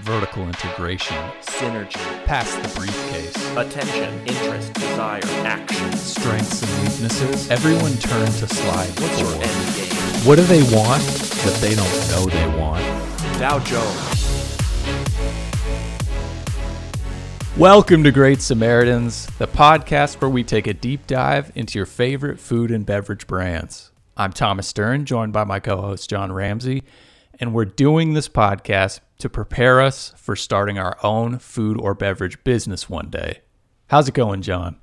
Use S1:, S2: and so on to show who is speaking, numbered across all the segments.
S1: vertical integration,
S2: synergy,
S1: past the briefcase,
S2: attention, interest, desire, action.
S1: strengths and weaknesses. Everyone turn to slide
S2: What's your
S1: four.
S2: end game?
S1: What do they want that they don't know they want?
S2: Dow Jones.
S1: Welcome to Great Samaritans, the podcast where we take a deep dive into your favorite food and beverage brands. I'm Thomas Stern, joined by my co host, John Ramsey, and we're doing this podcast to prepare us for starting our own food or beverage business one day. How's it going, John?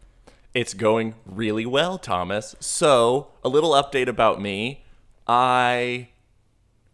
S2: It's going really well, Thomas. So, a little update about me. I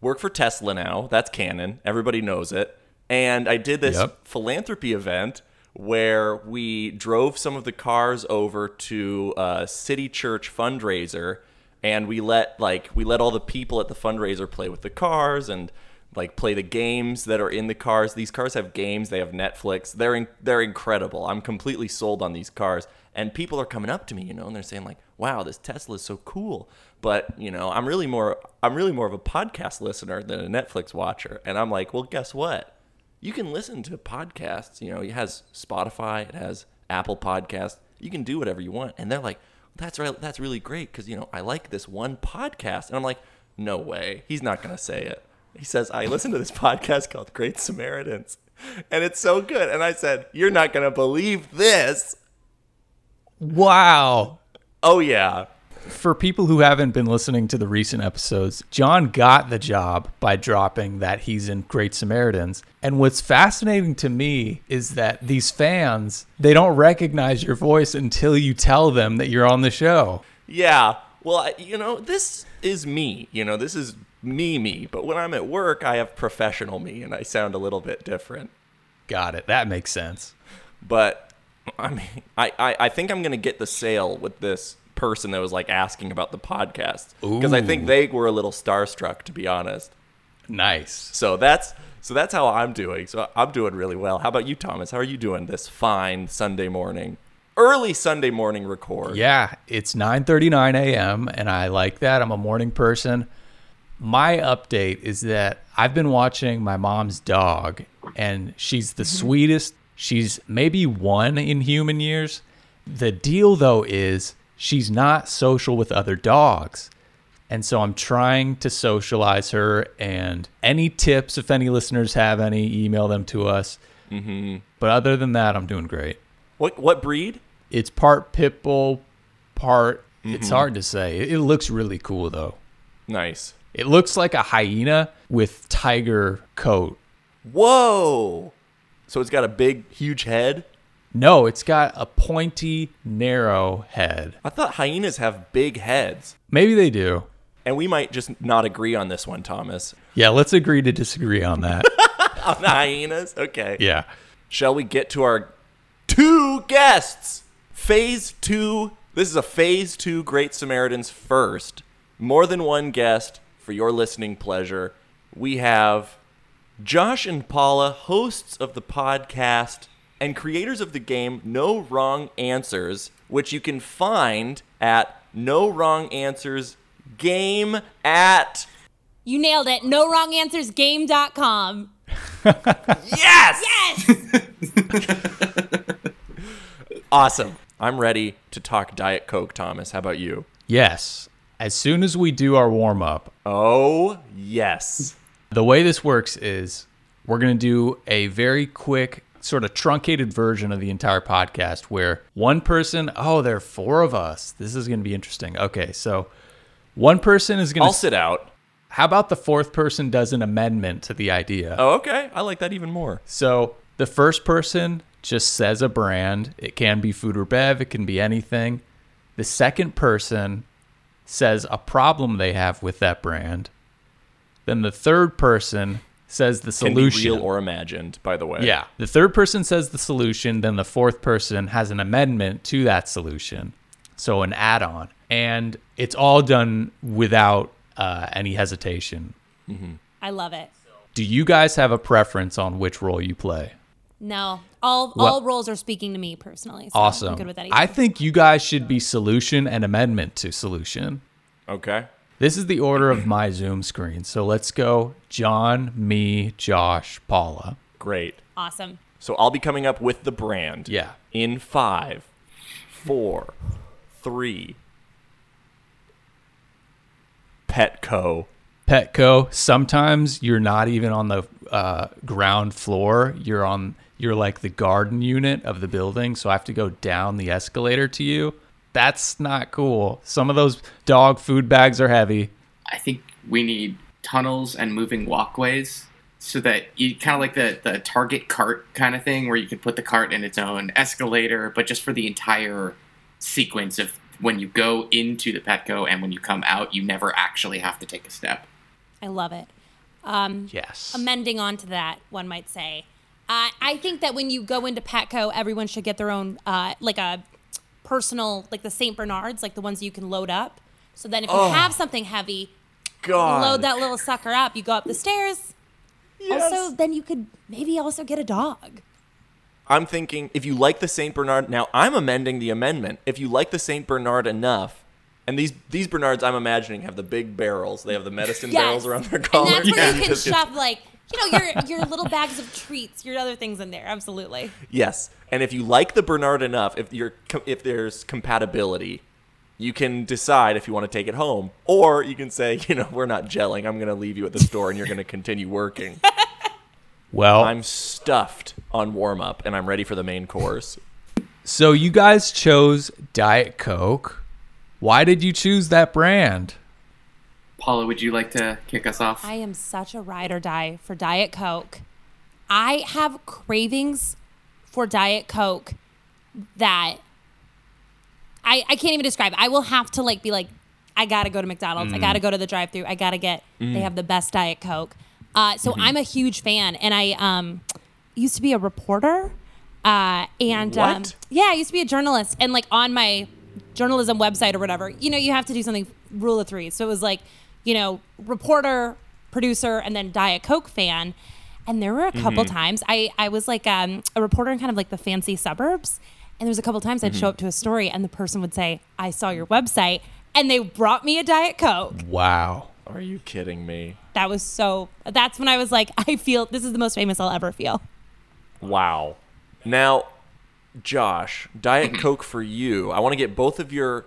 S2: work for Tesla now. That's canon. Everybody knows it. And I did this
S1: Yep.
S2: philanthropy event where we drove some of the cars over to a city church fundraiser and we let like we let all the people at the fundraiser play with the cars and like play the games that are in the cars. These cars have games, they have Netflix. They're in, they're incredible. I'm completely sold on these cars. And people are coming up to me, you know, and they're saying like, "Wow, this Tesla is so cool." But, you know, I'm really more I'm really more of a podcast listener than a Netflix watcher. And I'm like, "Well, guess what? You can listen to podcasts, you know, it has Spotify, it has Apple Podcasts. You can do whatever you want." And they're like, "That's right. That's really great cuz you know, I like this one podcast." And I'm like, "No way. He's not going to say it." He says, "I listen to this podcast called Great Samaritans." And it's so good. And I said, "You're not going to believe this."
S1: Wow.
S2: Oh yeah.
S1: For people who haven't been listening to the recent episodes, John got the job by dropping that he's in Great Samaritans. And what's fascinating to me is that these fans, they don't recognize your voice until you tell them that you're on the show.
S2: Yeah. Well, I, you know, this is me. You know, this is me, me. But when I'm at work, I have professional me and I sound a little bit different.
S1: Got it. That makes sense.
S2: But I mean, I, I, I think I'm going to get the sale with this person that was like asking about the podcast because I
S1: Ooh.
S2: think they were a little starstruck, to be honest.
S1: Nice.
S2: So that's. So that's how I'm doing. So I'm doing really well. How about you, Thomas? How are you doing this fine Sunday morning? Early Sunday morning record.
S1: Yeah, it's 9:39 a.m. and I like that. I'm a morning person. My update is that I've been watching my mom's dog and she's the sweetest. She's maybe 1 in human years. The deal though is she's not social with other dogs. And so I'm trying to socialize her and any tips if any listeners have any email them to us. But other than that, I'm doing great
S2: What what breed?
S1: it's part pit bull, part. It's hard to say. It, it looks really cool though.
S2: Nice.
S1: It looks like a hyena with tiger coat.
S2: Whoa! So it's got a big, huge head.
S1: No, it's got a pointy, narrow head.
S2: I thought hyenas have big heads.
S1: Maybe they do.
S2: And we might just not agree on this one, Thomas.
S1: Yeah, let's agree to disagree on that.
S2: On the hyenas? Okay.
S1: yeah.
S2: Shall we get to our two guests? Phase two. This is a phase two Great Samaritans first. More than one guest for your listening pleasure. We have Josh and Paula, hosts of the podcast and creators of the game No Wrong Answers, which you can find at No Wrong Answers Game at.
S3: You nailed it. No wrong answers game.com.
S2: Yes!
S3: Yes!
S2: Awesome. I'm ready to talk Diet Coke, Thomas. How about you?
S1: Yes. As soon as we do our warm up,
S2: Oh, yes.
S1: The way this works is we're going to do a very quick, sort of truncated version of the entire podcast where one person, oh, there are four of us. This is going to be interesting. Okay, so one person is going
S2: I'll
S1: to.
S2: sit out.
S1: How about the fourth person does an amendment to the idea?
S2: Oh, okay. I like that even more.
S1: So the first person just says a brand. It can be food or bev, it can be anything. The second person says a problem they have with that brand. Then the third person says the
S2: Can be
S1: solution.
S2: real or imagined, by the way.
S1: yeah. The third person says the solution, then the fourth person has an amendment to that solution. So an add on. And it's all done without uh, any hesitation.
S3: I love it.
S1: Do you guys have a preference on which role you play?
S3: No. All all roles are speaking to me personally. So
S1: Awesome.
S3: I'm good with that.
S1: I
S3: either.
S1: think you guys should be solution and amendment to solution.
S2: Okay.
S1: This is the order of my Zoom screen. So let's go John, me, Josh, Paula.
S2: Great.
S3: Awesome.
S2: So I'll be coming up with the brand.
S1: Yeah.
S2: In five, four, three. Petco.
S1: Petco. Sometimes you're not even on the uh, ground floor. You're on. You're like the garden unit of the building, so I have to go down the escalator to you. That's not cool. Some of those dog food bags are heavy.
S4: I think we need tunnels and moving walkways so that you kind of like the, the target cart kind of thing where you can put the cart in its own escalator, but just for the entire sequence of when you go into the Petco and when you come out, you never actually have to take a step.
S3: I love it.
S1: Yes.
S3: Amending onto that, one might say, uh, I think that when you go into Petco, everyone should get their own, uh, like a personal, like the St. Bernards, like the ones you can load up. So then if you have something heavy,
S2: God.
S3: load that little sucker up. You go up the stairs. Also, then you could maybe also get a dog.
S2: I'm thinking if you like the Saint Bernard. Now I'm amending the amendment. If you like the Saint Bernard enough, and these these Bernards I'm imagining have the big barrels. They have the medicine barrels around their collar.
S3: And that's where
S2: Yeah.
S3: you can shove like you know your your little bags of treats, your other things in there. Absolutely.
S2: Yes, and if you like the Bernard enough, if you're com- if there's compatibility, you can decide if you want to take it home, or you can say, you know, we're not gelling. I'm going to leave you at the store, and you're going to continue working.
S1: Well,
S2: I'm stuffed on warm up, and I'm ready for the main course.
S1: so you guys chose Diet Coke. Why did you choose that brand?
S4: Paula, would you like to kick us off?
S3: I am such a ride or die for Diet Coke. I have cravings for Diet Coke that I I can't even describe. I will have to like be like, I gotta go to McDonald's.
S2: Mm.
S3: I gotta go to the drive-through. I gotta get. They have the best Diet Coke. Uh,
S2: Mm-hmm.
S3: so I'm a huge fan, and I um used to be a reporter. Uh, and Um,
S2: What?
S3: yeah, I used to be a journalist, and like on my journalism website or whatever, you know, you have to do something rule of three. So it was like, you know, reporter, producer, and then Diet Coke fan. And there were a couple times I I was like um, a reporter in kind of like the fancy suburbs, and there was a couple times I'd show up to a story, and the person would say, "I saw your website," and they brought me a Diet Coke.
S1: Wow.
S2: Are you kidding me?
S3: That was so. That's when I was like, I feel this is the most famous I'll ever feel.
S2: Wow. Now, Josh, Diet Coke for you. I want to get both of your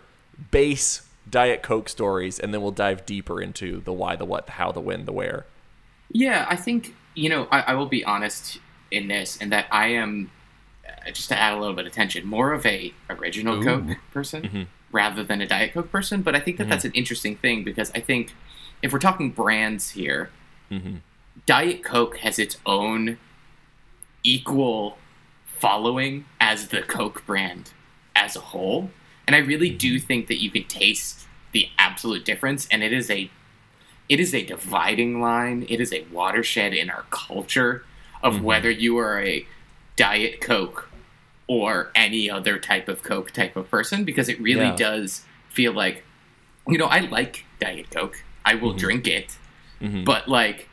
S2: base Diet Coke stories, and then we'll dive deeper into the why, the what, the how, the when, the where.
S4: Yeah, I think you know I, I will be honest in this, in that I am uh, just to add a little bit of tension, more of a original Coke person rather than a Diet Coke person. But I think that that's an interesting thing because I think if we're talking brands here, Diet Coke has its own equal following as the Coke brand as a whole, and I really do think that you can taste the absolute difference, and it is a it is a dividing line. It is a watershed in our culture of whether you are a Diet Coke or any other type of Coke type of person because it really
S2: Yeah.
S4: does feel like, you know, I like Diet Coke. I will drink it.
S2: Mm-hmm.
S4: But like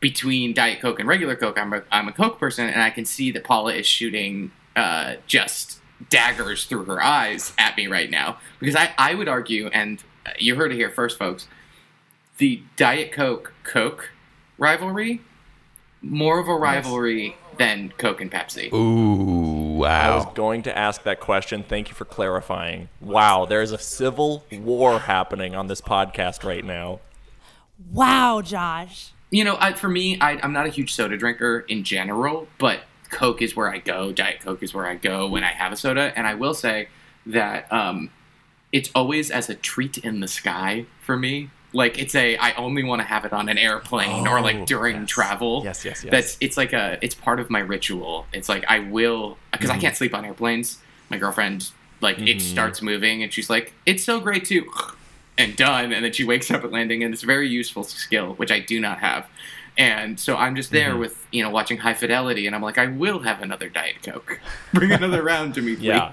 S4: between Diet Coke and regular Coke, I'm a, I'm a Coke person and I can see that Paula is shooting uh, just daggers through her eyes at me right now because I, I would argue, and uh, you heard it here first, folks the Diet Coke Coke rivalry more of a rivalry than Coke and Pepsi.
S1: Ooh.
S2: I was
S1: Wow.
S2: going to ask that question. Thank you for clarifying. Wow, there is a civil war happening on this podcast right now.
S3: Wow, Josh.
S4: You know, I, for me, I, I'm not a huge soda drinker in general, but Coke is where I go. Diet Coke is where I go when I have a soda, and I will say that um, it's always as a treat in the sky for me. Like it's a, I only want to have it on an airplane or
S2: Oh,
S4: like during
S2: yes.
S4: travel.
S2: Yes, yes, yes.
S4: That's it's like a, it's part of my ritual. It's like I will because
S2: Mm-hmm.
S4: I can't sleep on airplanes. My girlfriend, like it starts moving, and she's like, "It's so great too," and done, and then she wakes up at landing, and it's a very useful skill which I do not have. And so I'm just
S2: Mm-hmm.
S4: there with you know watching High Fidelity, and I'm like, I will have another Diet Coke. Bring another round to me, please.
S2: Yeah.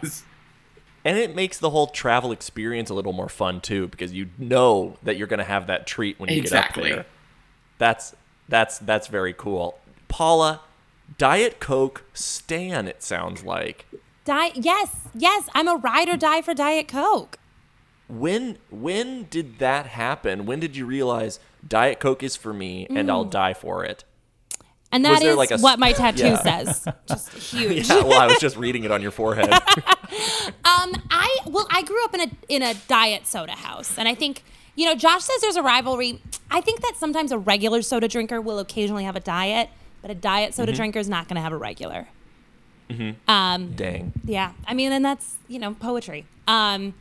S2: And it makes the whole travel experience a little more fun too, because you know that you're going to have that treat when you
S4: Exactly.
S2: get up there. That's that's that's very cool. Paula, Diet Coke Stan. It sounds like
S3: Diet. Yes, yes. I'm a ride or die for Diet Coke.
S2: when when did Mm. that happen? When did you realize Diet Coke is for me and I'll die for it?
S3: And
S2: Was
S3: that
S2: there
S3: is
S2: like a s-
S3: what my tattoo
S2: Yeah.
S3: says. Just huge.
S2: Yeah, well, I was just reading it on your forehead.
S3: Um, I well, I grew up in a in a diet soda house, and I think you know Josh says there's a rivalry. I think that sometimes a regular soda drinker will occasionally have a diet, but a diet
S2: Mm-hmm.
S3: soda drinker is not going to have a regular. Um,
S2: Dang.
S3: yeah, I mean, and that's you know poetry. Um,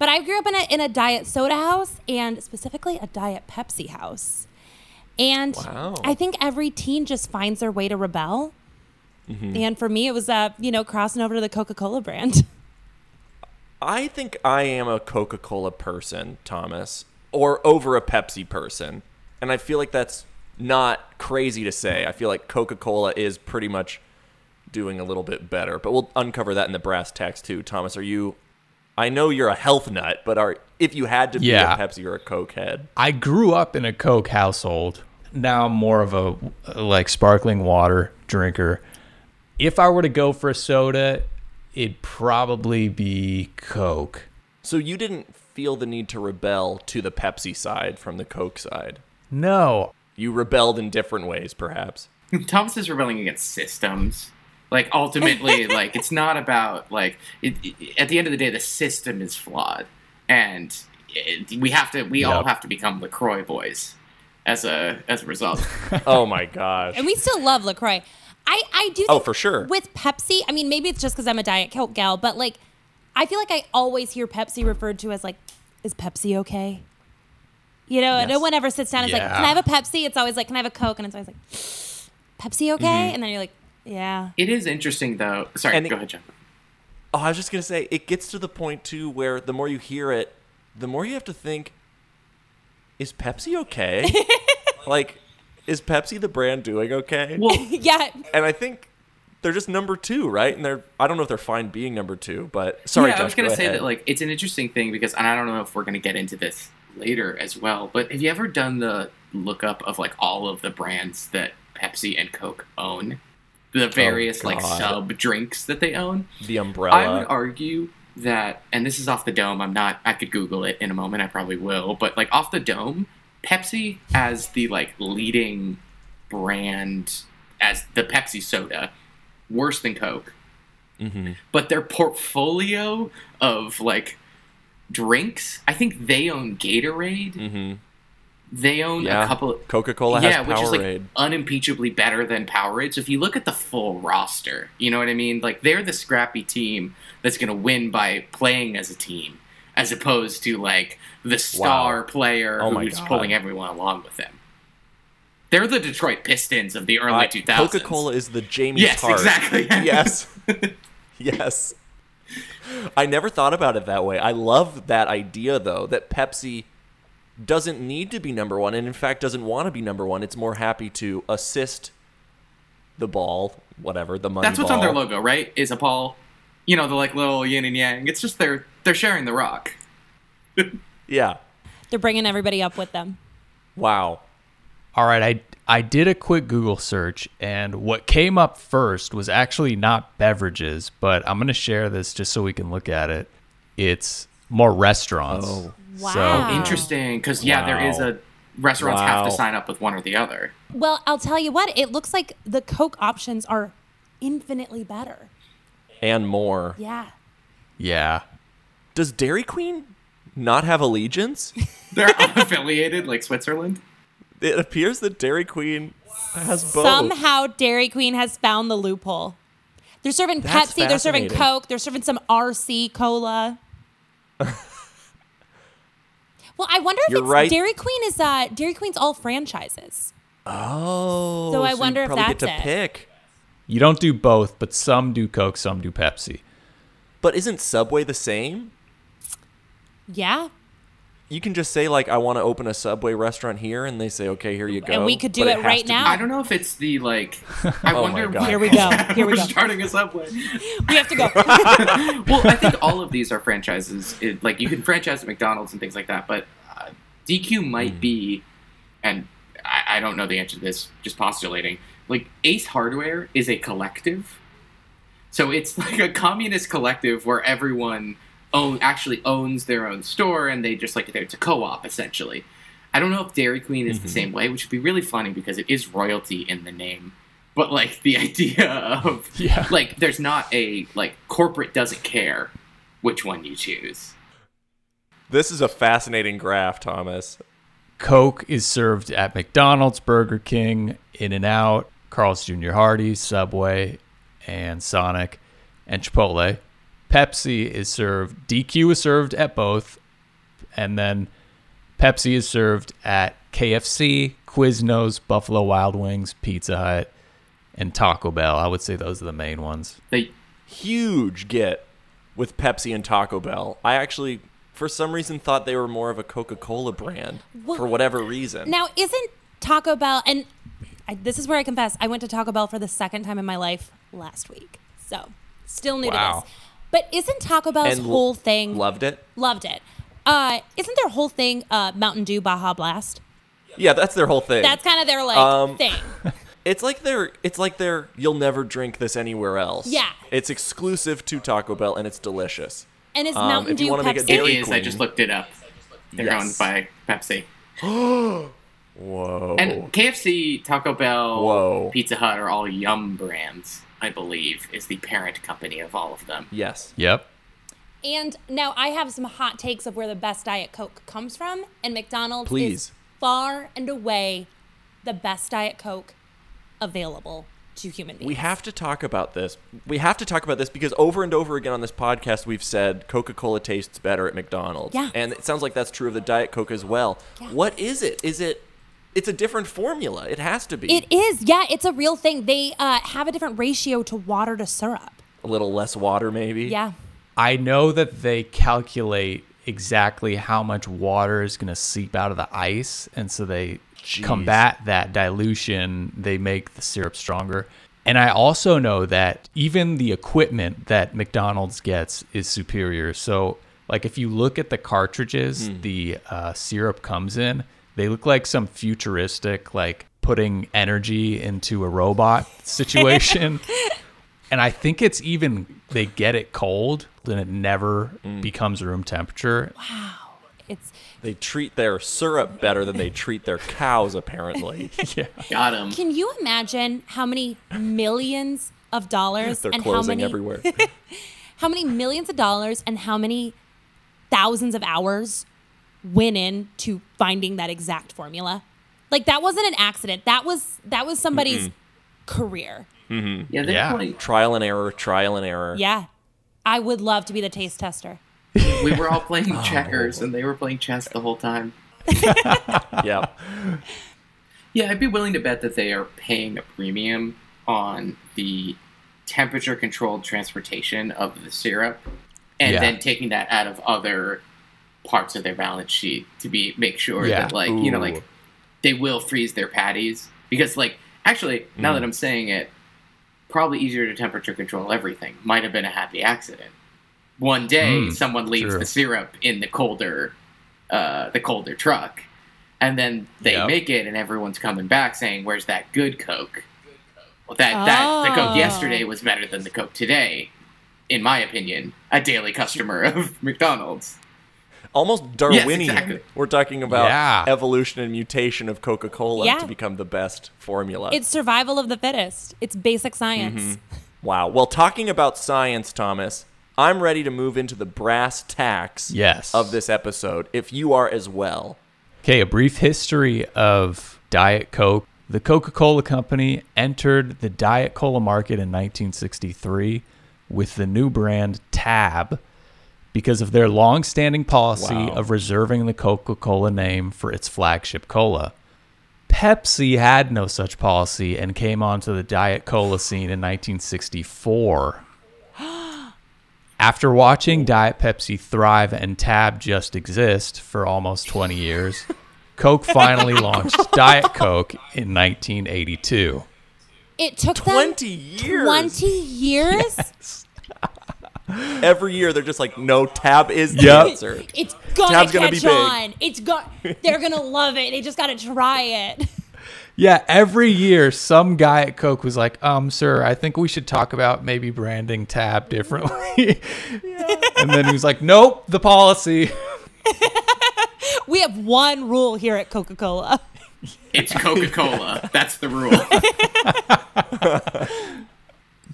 S3: but I grew up in a in a diet soda house, and specifically a diet Pepsi house. And
S2: Wow.
S3: I think every teen just finds their way to rebel. And for me, it was uh, you know crossing over to the Coca Cola brand.
S2: I think I am a Coca Cola person, Thomas, or over a Pepsi person. And I feel like that's not crazy to say. I feel like Coca Cola is pretty much doing a little bit better, but we'll uncover that in the brass tacks too. Thomas, are you. I know you're a health nut, but are if you had to be
S1: Yeah.
S2: a Pepsi or a Coke head,
S1: I grew up in a Coke household. Now I'm more of a uh, like sparkling water drinker. If I were to go for a soda, it'd probably be Coke.
S2: so you didn't feel the need to rebel to the Pepsi side from the Coke side.
S1: No,
S2: You rebelled in different ways, perhaps.
S4: Thomas is rebelling against systems. Like ultimately, like it's not about like it, it- at the end of the day, the system is flawed, and it, we have to we all
S1: Yep.
S4: have to become Lacroix boys as a as a result.
S2: Oh my gosh.
S3: and we still love Lacroix. I I do.
S2: Oh,
S3: think
S2: for sure.
S3: With Pepsi, I mean, maybe it's just because I'm a diet Coke gal, but like, I feel like I always hear Pepsi referred to as like, "Is Pepsi okay?" You know, no one ever sits down and is like,
S1: Yeah.
S3: "Can I have a Pepsi?" It's always like, "Can I have a Coke?" And it's always like, "Pepsi
S2: Mm-hmm.
S3: okay?" And then you're like, "Yeah."
S4: it is interesting though. Sorry,
S2: And it-
S4: go ahead, John.
S2: Oh, I was just gonna say it gets to the point too where the more you hear it, the more you have to think, is Pepsi okay? like, is Pepsi the brand doing okay?
S4: Well,
S3: yeah.
S2: and I think they're just number two, right? And they're I don't know if they're fine being number two, but sorry,
S4: yeah,
S2: Josh,
S4: I was gonna
S2: go
S4: say
S2: ahead.
S4: that like it's an interesting thing because and I don't know if we're gonna get into this later as well, but have you ever done the lookup of like all of the brands that Pepsi and Coke own? The various like
S2: Oh, God.
S4: sub drinks that they own?
S2: the
S4: I
S2: umbrella.
S4: would argue that and this is off the dome, I'm not I could Google it in a moment, I probably will, but like off the dome, Pepsi as the like leading brand as the Pepsi soda, worse than Coke
S2: mm-hmm.
S4: but their portfolio of like drinks, I think they own Gatorade.
S2: Mm-hmm.
S4: They own
S2: Yeah.
S4: a couple.
S2: Coca Cola
S4: yeah,
S2: has
S4: which is
S2: Powerade.
S4: like unimpeachably better than Powerade. So if you look at the full roster, you know what I mean. Like they're the scrappy team that's going to win by playing as a team, as opposed to like the star player
S2: Oh my
S4: who's
S2: God.
S4: pulling everyone along with them. They're the Detroit Pistons of the early two thousands.
S2: Coca Cola is the Jamie
S4: Yes,
S2: Tart.
S4: exactly.
S2: yes. yes. I never thought about it that way. I love that idea though that Pepsi doesn't need to be number 1 and in fact doesn't want to be number 1. It's more happy to assist the ball, whatever, the money
S4: That's what's on their
S2: ball.
S4: logo, right? Is a ball, you know, the like little yin and yang. It's just they're they're sharing the rock.
S2: Yeah.
S3: They're bringing everybody up with them.
S2: Wow.
S1: All right, I I did a quick Google search and what came up first was actually not beverages, but I'm going to share this just so we can look at it. It's more restaurants.
S2: Oh.
S3: Wow.
S1: So,
S4: Interesting, because yeah, there is
S2: Wow.
S4: a restaurants have to
S2: Wow.
S4: sign up with one or the other.
S3: Well, I'll tell you what. It looks like the Coke options are infinitely better.
S2: And more.
S3: Yeah.
S1: yeah.
S2: Does Dairy Queen not have allegiance?
S4: They're unaffiliated, like Switzerland.
S2: it appears that Dairy Queen has both.
S3: Somehow Dairy Queen has found the loophole. They're serving
S2: That's
S3: Pepsi, they're serving
S2: fascinating.
S3: Coke, they're serving some RC cola. well, I wonder if
S2: You're
S3: it's
S2: right.
S3: Dairy Queen is uh Dairy Queen's all franchises.
S2: Oh.
S3: So I
S2: you
S3: wonder if
S2: probably get
S3: that's
S2: to
S3: it.
S2: pick.
S1: You don't do both, but some do Coke, some do Pepsi.
S2: But isn't Subway the same?
S3: Yeah.
S2: You can just say like, I want to open a Subway restaurant here, and they say, okay, here you go.
S3: And we could do
S2: But
S3: it
S2: has
S3: right
S2: to be-
S3: now.
S4: I don't know if it's the like. I
S2: Oh my
S4: wonder.
S2: God.
S4: what-
S2: Here we
S3: go. Here we
S4: We're
S3: go.
S4: starting a subway.
S3: We have to go.
S4: well, I think all of these are franchises. It, like you can franchise at McDonald's and things like that, but uh, DQ might
S2: Hmm.
S4: be, and I, I don't know the answer to this. Just postulating, like Ace Hardware is a collective, so it's like a communist collective where everyone own actually owns their own store, and they just like it's a co-op
S2: Mm-hmm.
S4: essentially. I don't know if Dairy Queen is the same way, which would be really funny because it is royalty in the name. but like the idea of
S1: Yeah.
S4: like there's not a like corporate doesn't care which one you choose.
S2: This is a fascinating graph, Thomas.
S1: Coke is served at McDonald's, Burger King, In N Out, Carl's Jr. Hardee's, Subway, and Sonic, and Chipotle. Pepsi is served, DQ is served at both, and then Pepsi is served at KFC, Quiznos, Buffalo Wild Wings, Pizza Hut, and Taco Bell. I would say those are the main ones.
S4: They
S2: Huge get with Pepsi and Taco Bell. I actually, for some reason, thought they were more of a Coca Cola brand
S3: Well,
S2: for whatever reason.
S3: Now, isn't Taco Bell, and I, this is where I confess, I went to Taco Bell for the second time in my life last week. So, still new
S1: Wow.
S3: to this. But isn't Taco Bell's
S2: And l-
S3: whole thing,
S2: Loved it.
S3: loved it. Uh, isn't their whole thing uh, Mountain Dew Baja Blast?
S2: Yeah, that's their whole thing.
S3: That's kind of their like
S2: Um,
S3: thing.
S2: It's like they're it's like they're you'll never drink this anywhere else.
S3: Yeah.
S2: It's exclusive to Taco Bell and it's delicious.
S3: And it's
S2: um,
S3: Mountain
S2: if you
S3: Dew
S2: wanna make it
S3: Pepsi.
S4: it
S2: Dairy
S4: is. I just
S2: Queen.
S4: looked it up. They're
S2: Yes.
S4: owned by Pepsi.
S2: Whoa.
S4: And KFC, Taco Bell,
S2: Whoa.
S4: Pizza Hut are all Yum brands. I believe is the parent company of all of them.
S2: yes.
S1: Yep.
S3: And now I have some hot takes of where the best Diet Coke comes from, and McDonald's
S2: Please.
S3: is far and away the best Diet Coke available to human beings.
S2: We have to talk about this. We have to talk about this because over and over again on this podcast, we've said Coca Cola tastes better at McDonald's.
S3: Yeah.
S2: And it sounds like that's true of the Diet Coke as well. What is it? Is it. It's a different formula. It has to be.
S3: it is, yeah, it's a real thing. They uh, have a different ratio to water to syrup.
S2: a little less water, maybe.
S3: Yeah.
S1: I know that they calculate exactly how much water is going to seep out of the ice, and so they
S2: Jeez.
S1: combat that dilution. They make the syrup stronger. And I also know that even the equipment that McDonald's gets is superior. So, like, if you look at the cartridges the uh, syrup comes in, they look like some futuristic, like putting energy into a robot situation. And I think it's even they get it cold, then it never becomes room temperature.
S3: It's
S2: They treat their syrup better than they treat their cows, apparently.
S4: Got them.
S3: can you imagine how many millions of dollars
S2: They're
S3: and how
S2: closing
S3: many
S2: everywhere.
S3: how many millions of dollars and how many thousands of hours went in to finding that exact formula like that wasn't an accident that was that was somebody's career
S4: Yeah, they're
S1: Yeah.
S4: like
S2: trial and error, trial and error.
S3: yeah i would love to be the taste tester
S4: we were all playing
S2: Oh.
S4: checkers and they were playing chess the whole time.
S2: Yep.
S4: Yeah, I'd be willing to bet that they are paying a premium on the temperature controlled transportation of the syrup and
S1: Yeah.
S4: then taking that out of other parts of their balance sheet to be make sure
S1: Yeah.
S4: that like you know
S2: Ooh.
S4: like they will freeze their patties because like actually now
S1: Mm.
S4: that I'm saying it probably easier to temperature control everything might have been a happy accident one day
S1: Mm,
S4: someone leaves
S1: true.
S4: the syrup in the colder uh, the colder truck and then they
S1: Yep.
S4: make it and everyone's coming back saying where's that good coke well, that, that the
S3: Oh.
S4: coke yesterday was better than the coke today in my opinion a daily customer of mcdonald's
S2: Almost Darwinian.
S4: exactly.
S2: We're talking about
S1: Yeah.
S2: evolution and mutation of Coca Cola
S3: Yeah.
S2: to become the best formula.
S3: it's survival of the fittest it's basic science
S2: Mm-hmm. wow. Well, talking about science, Thomas, I'm ready to move into the brass tacks
S1: Yes.
S2: of this episode, if you are as well.
S1: Okay, a brief history of Diet Coke. The Coca Cola Company entered the Diet Cola market in 1963 with the new brand Tab because of their long standing policy
S2: Wow.
S1: of reserving the Coca Cola name for its flagship cola. Pepsi had no such policy and came onto the Diet Cola scene in 1964. After watching Diet Pepsi thrive and Tab just exist for almost 20 years, Coke finally launched Diet Coke in 1982.
S3: it took
S2: 20
S3: them
S2: years.
S3: 20 years
S2: Every year, they're just like, no, tab is the
S1: Yep.
S2: answer.
S3: it's gonna
S2: Tab's gonna be
S3: catch
S2: big.
S3: on it's got they're gonna love it they just gotta try it
S1: Yeah, every year some guy at Coke was like, "Um, sir, I think we should talk about maybe branding Tab differently." And then he was like, "Nope, the policy."
S3: we have one rule here at coca-cola
S4: it's coca-cola that's the rule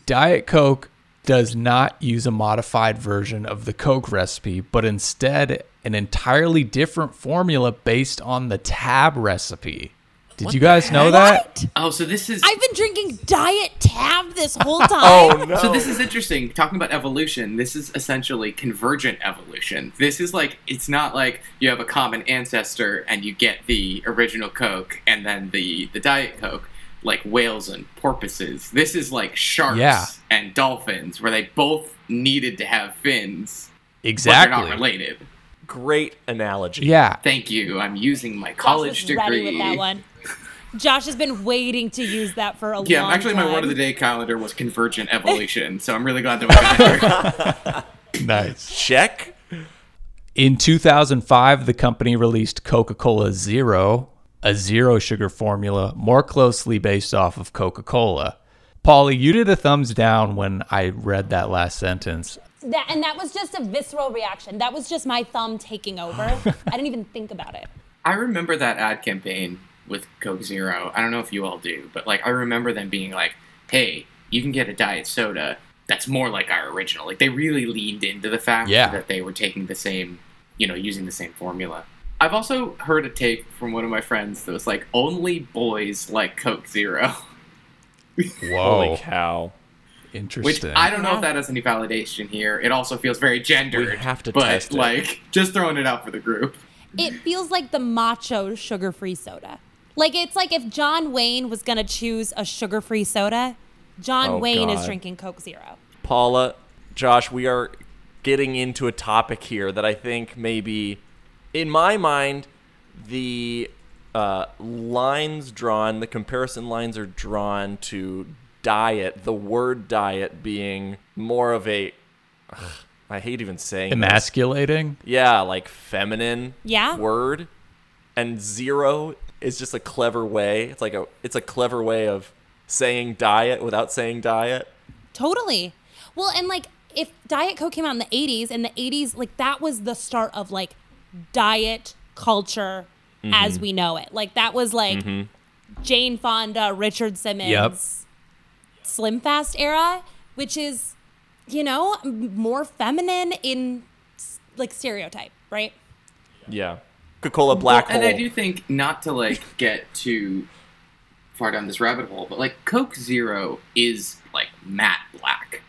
S1: Diet Coke does not use a modified version of the Coke recipe, but instead an entirely different formula based on the Tab recipe. Did you guys know that?
S3: What?
S4: Oh, so this is
S3: I've been drinking Diet Tab this whole time.
S2: Oh no.
S4: So this is interesting. Talking about evolution, this is essentially convergent evolution. This is like it's not like you have a common ancestor and you get the original Coke and then the the diet Coke, like whales and porpoises. This is like sharks
S1: Yeah.
S4: and dolphins, where they both needed to have fins, but they're not
S1: Exactly.
S4: related.
S2: great analogy.
S1: Yeah.
S4: Thank you. I'm using my
S3: Josh
S4: college
S3: was
S4: degree.
S3: ready with that one. Josh has been waiting to use that for a long
S4: Yeah, actually, my
S3: time.
S4: word of the day calendar was convergent evolution, so I'm really glad that we got here.
S1: Nice.
S2: Check.
S1: In 2005, the company released Coca Cola Zero, a zero sugar formula more closely based off of Coca Cola. Paulie, you did a thumbs down when I read that last sentence.
S3: That- and that was just a visceral reaction. That was just my thumb taking over. I didn't even think about it.
S4: I remember that ad campaign with Coke Zero. I don't know if you all do, but like I remember them being like, "Hey, you can get a diet soda that's more like our original." Like they really leaned into the fact
S1: Yeah.
S4: that they were taking the same, you know, using the same formula. I've also heard a take from one of my friends that was like, "Only boys like Coke Zero,"
S1: Oh.
S2: Holy cow.
S4: which
S1: Interesting.
S4: I don't know if that has any validation here. It also feels very gendered.
S2: We have to
S4: but
S2: test it.
S4: like just throwing it out for the group.
S3: It feels like the macho sugar-free soda. Like it's like if John Wayne was gonna choose a sugar-free soda, John
S2: Oh,
S3: Wayne is
S2: God.
S3: drinking Coke Zero.
S2: Paula, Josh, we are getting into a topic here that I think maybe, in my mind, the uh, lines drawn, the comparison lines are drawn to diet, the word diet being more of a. ugh, I hate even saying this.
S1: Emasculating?
S2: Yeah, like feminine
S3: Yeah.
S2: word. And zero is just a clever way. It's like a it's a clever way of saying diet without saying diet.
S3: Totally. Well, and like if Diet Coke came out in the 80s and the 80s, like that was the start of like diet culture as we know it. Like that was like Jane Fonda, Richard Simmons, Slim Fast era, which is, you know, m- more feminine in s- like stereotype, right?
S2: Yeah. Coca-Cola black
S4: and
S2: hole.
S4: I do think not to like get too far down this rabbit hole, but like Coke Zero is like matte black,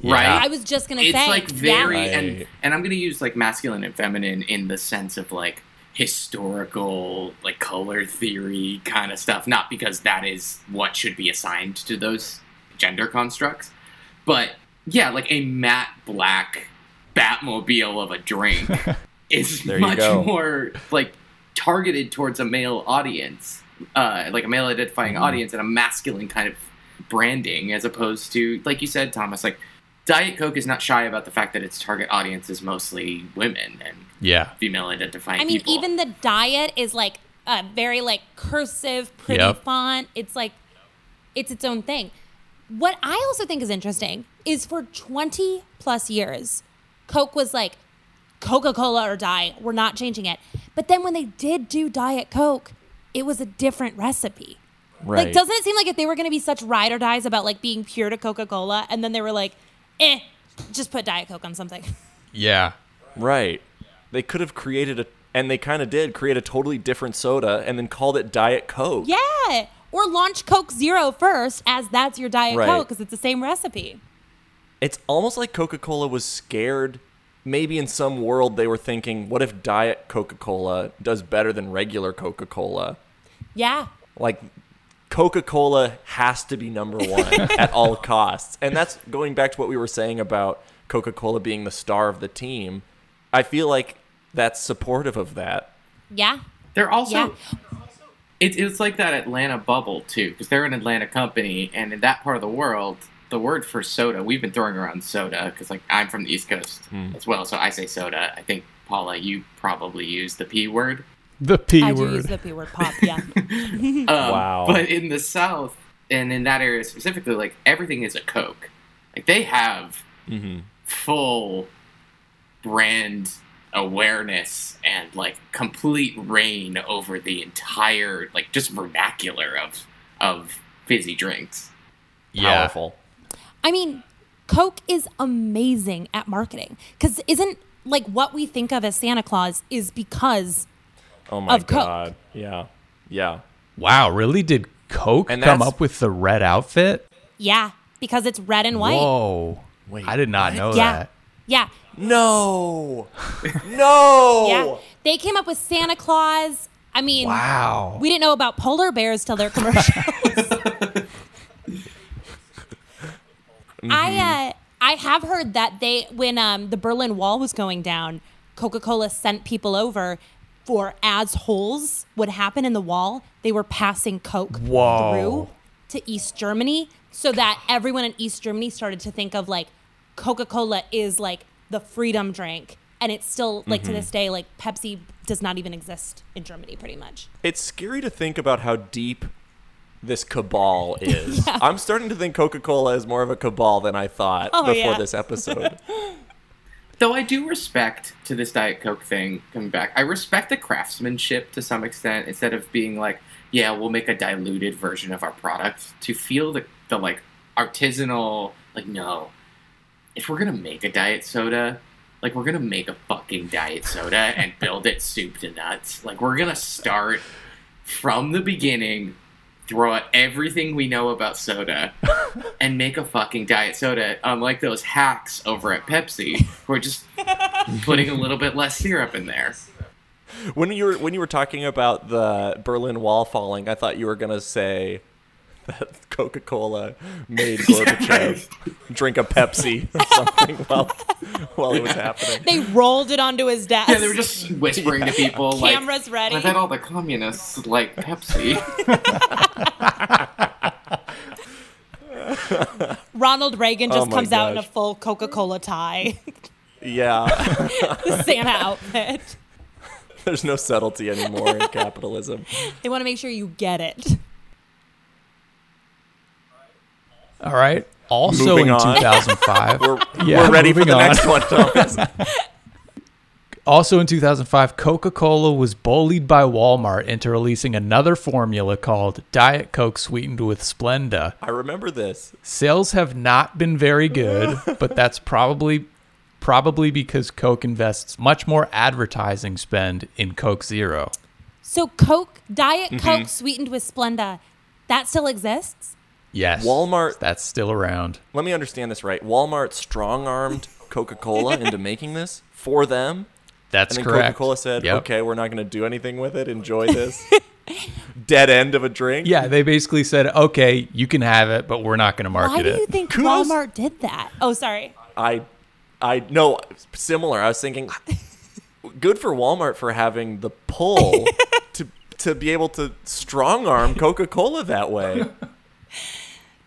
S2: Yeah.
S4: right?
S3: I was just going to
S4: it's
S3: say.
S4: like very
S3: Yeah.
S4: and
S2: Right.
S4: and I'm gonna use like masculine and feminine in the sense of like historical like color theory kind of stuff, not because that is what should be assigned to those gender constructs, but yeah, like a matte black Batmobile of a drink is
S2: There you
S4: much
S2: go.
S4: more like targeted towards a male audience, uh, like a male identifying
S2: Mm-hmm.
S4: audience and a masculine kind of branding, as opposed to, like you said, Thomas, like Diet Coke is not shy about the fact that its target audience is mostly women and
S1: Yeah.
S4: female identifying
S3: I mean,
S4: people.
S3: even the diet is like a very like cursive, pretty
S1: Yep.
S3: font. It's like it's its own thing. What I also think is interesting is for 20 plus years, Coke was like Coca Cola or die. We're not changing it. But then when they did do Diet Coke, it was a different recipe.
S2: right.
S3: Like, doesn't it seem like if they were going to be such ride or dies about like being pure to Coca Cola, and then they were like, eh, just put Diet Coke on something.
S1: Yeah.
S2: Right. They could have created a, and they kind of did create a totally different soda and then called it Diet Coke.
S3: Yeah. Or launch Coke Zero first, as that's your Diet
S2: Right.
S3: Coke, because it's the same recipe.
S2: It's almost like Coca Cola was scared. Maybe in some world they were thinking, what if Diet Coca Cola does better than regular Coca Cola?
S3: Yeah.
S2: Like, Coca Cola has to be number one at all costs. And that's going back to what we were saying about Coca Cola being the star of the team. I feel like that's supportive of that.
S3: Yeah.
S4: They're also
S3: Yeah.
S4: it's it's like that Atlanta bubble too, because they're an Atlanta company, and in that part of the world, the word for soda we've been throwing around soda because like I'm from the East Coast as well, so I say soda. I think Paula, you probably use the p word.
S1: The P
S3: I do
S1: word.
S3: use the P word pop. Yeah.
S4: Um,
S2: Wow.
S4: But in the South and in that area specifically, like everything is a Coke. Like they have full brand awareness and like complete reign over the entire like just vernacular of of fizzy drinks.
S1: Yeah.
S2: powerful.
S3: I mean, Coke is amazing at marketing because isn't like what we think of as Santa Claus is because
S2: Oh my
S3: Of Coke.
S2: god. Yeah. Yeah.
S1: Wow, really? Did Coke
S2: And
S1: come
S2: that's-
S1: up with the red outfit?
S3: yeah, because it's red and white.
S1: Whoa.
S2: Wait,
S1: I did not know
S3: Yeah.
S1: that.
S3: Yeah.
S2: No. no.
S3: Yeah. They came up with Santa Claus. I mean,
S1: Wow.
S3: we didn't know about polar bears till their commercials. I uh, I have heard that they when um, the Berlin Wall was going down, Coca Cola sent people over for as holes would happen in the wall. They were passing Coke
S1: Whoa.
S3: through to East Germany, so that everyone in East Germany started to think of like Coca Cola is like the freedom drink, and it's still like to this day like Pepsi does not even exist in Germany, pretty much.
S2: It's scary to think about how deep this cabal is. I'm starting to think Coca-Cola is more of a cabal than I thought
S3: Oh,
S2: before
S3: yeah.
S2: this episode.
S4: Though I do respect to this Diet Coke thing coming back, I respect the craftsmanship to some extent instead of being like, yeah, we'll make a diluted version of our product to feel the, the like artisanal, like, no, if we're going to make a diet soda, like, we're going to make a fucking diet soda and build it soup to nuts. Like, we're going to start from the beginning, throw out everything we know about soda, and make a fucking diet soda, unlike those hacks over at Pepsi who are just putting a little bit less syrup in there.
S2: when you were when you were talking about the Berlin Wall falling, I thought you were gonna say that Coca-Cola made Gorbachev drink a Pepsi or something while while it was happening.
S3: They rolled it onto his desk.
S4: Yeah, they were just whispering to people like,
S3: Cameras ready.
S4: I bet all the communists like Pepsi.
S3: Ronald Reagan just
S2: Oh my
S3: comes out in a
S2: gosh.
S3: full Coca Cola tie,
S2: Yeah.
S3: the Santa outfit.
S2: There's no subtlety anymore in capitalism.
S3: They want to make sure you get it.
S1: All right. Also
S2: Moving
S1: in
S2: on.
S1: 2005.
S2: We're,
S1: Yeah,
S2: we're ready for
S1: moving
S2: the
S1: on.
S2: next one, Thomas.
S1: Also in 2005, Coca Cola was bullied by Walmart into releasing another formula called Diet Coke sweetened with Splenda.
S2: I remember this.
S1: Sales have not been very good, but that's probably probably because Coke invests much more advertising spend in Coke Zero.
S3: So Coke, Diet
S4: Mm-hmm.
S3: Coke sweetened with Splenda, that still exists.
S1: Yes.
S2: Walmart-
S1: That's still around.
S2: Let me understand this right. Walmart strong armed Coca Cola into making this for them.
S1: That's
S2: And then Coca
S1: correct.
S2: Cola said,
S1: Yep.
S2: okay, we're not going to do anything with it. Enjoy this dead end of a drink.
S1: Yeah, they basically said, okay, you can have it, but we're not going to market
S3: Why do
S1: it.
S3: you think
S2: Kudos-
S3: Walmart did that? Oh, sorry.
S2: I, I, no, similar. I was thinking, good for Walmart for having the pull to, to be able to strong arm Coca Cola that way.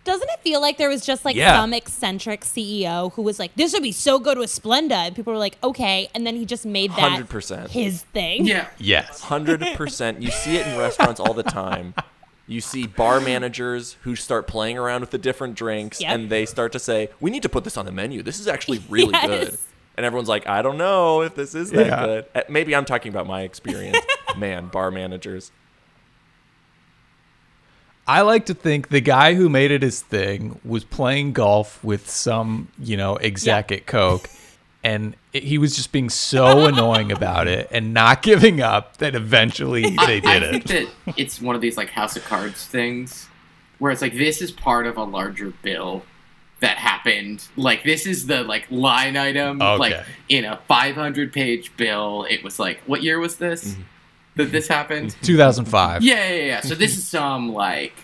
S3: Doesn't it feel like there was just like
S1: Yeah.
S3: some eccentric CEO who was like, "This would be so good with Splenda," and people were like, "Okay," and then he just made that
S2: 100%.
S3: his thing.
S4: yeah.
S1: yes.
S2: Hundred percent. You see it in restaurants all the time. You see bar managers who start playing around with the different drinks,
S3: Yep.
S2: and they start to say, "We need to put this on the menu. This is actually really
S3: Yes.
S2: good." And everyone's like, "I don't know if this is that
S1: Yeah.
S2: good." Uh, Maybe I'm talking about my experience. Man, bar managers.
S1: I like to think the guy who made it his thing was playing golf with some, you know, exec at Coke, and it, he was just being so annoying about it and not giving up that eventually they did
S4: I think
S1: it.
S4: that it's one of these like House of Cards things where it's like this is part of a larger bill that happened. Like this is the like line item,
S1: Okay.
S4: like in a 500 page bill. It was like what year was this
S1: Mm-hmm.
S4: that this happened?
S1: 2005.
S4: Yeah, yeah, yeah. So this is some like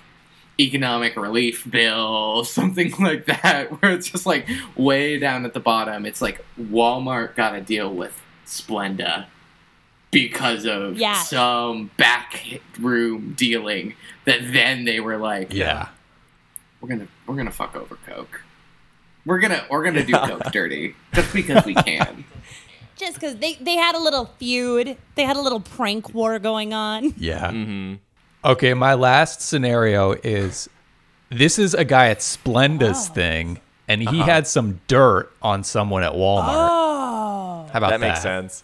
S4: economic relief bill, something like that, where it's just like way down at the bottom. It's like Walmart got to deal with Splenda because of
S3: Yeah.
S4: some back room dealing that then they were like,
S1: Yeah.
S4: we're gonna we're gonna fuck over Coke. We're gonna we're gonna do Coke dirty just because we can.
S3: Just because they they had a little feud, they had a little prank war going on.
S1: Yeah.
S4: Mm-hmm.
S1: Okay, my last scenario is this is a guy at Splenda's thing, and
S4: Uh-huh.
S1: he had some dirt on someone at Walmart.
S3: Oh,
S1: How about that?
S2: That makes sense.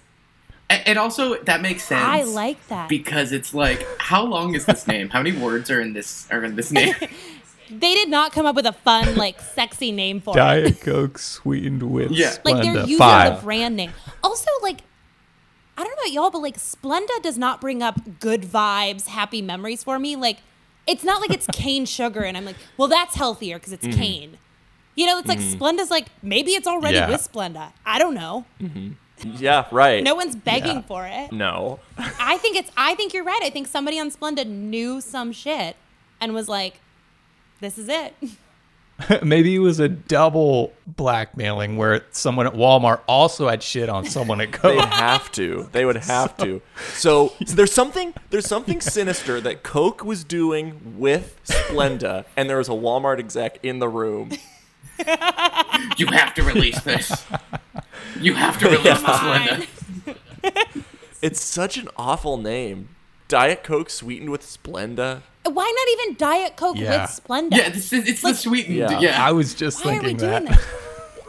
S4: A- And also that makes sense.
S3: I like that.
S4: because it's like how long is this name how many words are in this are in this name
S3: They did not come up with a fun, like, sexy name for it.
S1: Diet Coke sweetened with
S4: Yeah.
S3: Like they're
S1: Splenda.
S3: using the
S1: Five.
S3: brand name. Also, like, I don't know about y'all, but like Splenda does not bring up good vibes, happy memories for me. Like, it's not like it's cane sugar, and I'm like, well, that's healthier because
S1: Mm-hmm.
S3: it's cane. You know, it's like Splenda's like maybe it's already
S1: Yeah.
S3: with Splenda. I don't know.
S2: Yeah, right.
S3: No one's begging
S1: Yeah.
S3: for it.
S2: No.
S3: I think it's. I think you're right. I think somebody on Splenda knew some shit and was like, this is it.
S1: Maybe it was a double blackmailing where someone at Walmart also had shit on someone at
S2: They'd
S1: Coke.
S2: have to. They would have to. So, so there's something there's something sinister that Coke was doing with Splenda, and there was a Walmart exec in the room.
S4: You have to release this. You have to release this, Linda.
S2: It's such an awful name. Diet Coke sweetened with Splenda.
S3: Why not even Diet Coke
S1: Yeah.
S3: with Splenda?
S4: Yeah, this is, it's the sweetened.
S2: Yeah.
S4: Yeah.
S1: I was just
S3: Why are we
S1: thinking
S3: doing
S1: that.
S3: this?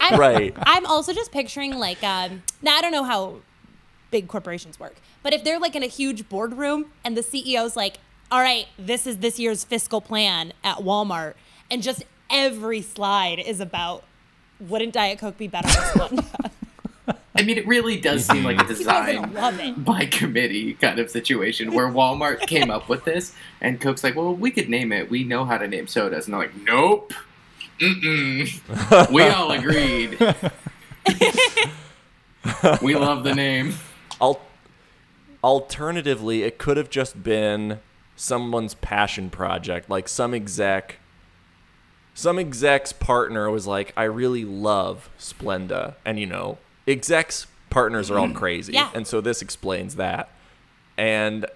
S3: I'm,
S2: Right.
S3: I'm also just picturing like um now I don't know how big corporations work, but if they're like in a huge boardroom and the CEO's like, "All right, this is this year's fiscal plan at Walmart," and just every slide is about wouldn't Diet Coke be better? with Splenda?"
S4: I mean, it really does seem like a
S3: People are
S4: design.
S3: gonna love it.
S4: by committee kind of situation where Walmart came up with this and Coke's like, well, we could name it. We know how to name sodas. And they're like, nope. Mm-mm. We all agreed. we love the name.
S2: Al- alternatively, it could have just been someone's passion project, like some exec. Some exec's partner was like, "I really love Splenda," and you know, execs partners are all crazy,
S3: Yeah.
S2: and so this explains that. And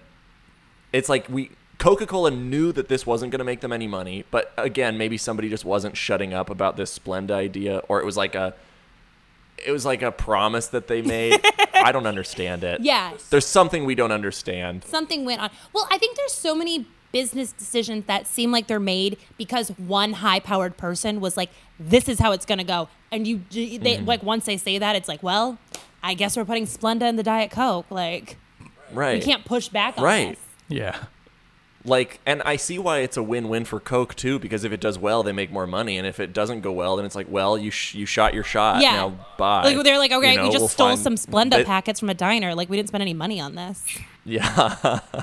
S2: it's like we Coca-Cola knew that this wasn't going to make them any money, but again, maybe somebody just wasn't shutting up about this Splenda idea, or it was like a, it was like a promise that they made. I don't understand it.
S3: Yeah.
S2: There's something we don't understand.
S3: something went on. Well, I think there's so many business decisions that seem like they're made because one high-powered person was like, "This is how it's gonna go," and you they
S2: Mm-hmm.
S3: like once they say that, it's like, "Well, I guess we're putting Splenda in the Diet Coke." Like
S2: Right.
S3: you can't push back on
S2: Right.
S3: this.
S1: Yeah.
S2: Like, and I see why it's a win-win for Coke too, because if it does well, they make more money, and if it doesn't go well, then it's like, well, you sh- you shot your shot.
S3: Yeah.
S2: Now bye.
S3: Like they're like,
S2: You
S3: "Okay,
S2: know,
S3: we just
S2: we'll
S3: stole
S2: find-
S3: some Splenda
S2: They-
S3: packets from a diner. Like we didn't spend any money on this."
S2: Yeah.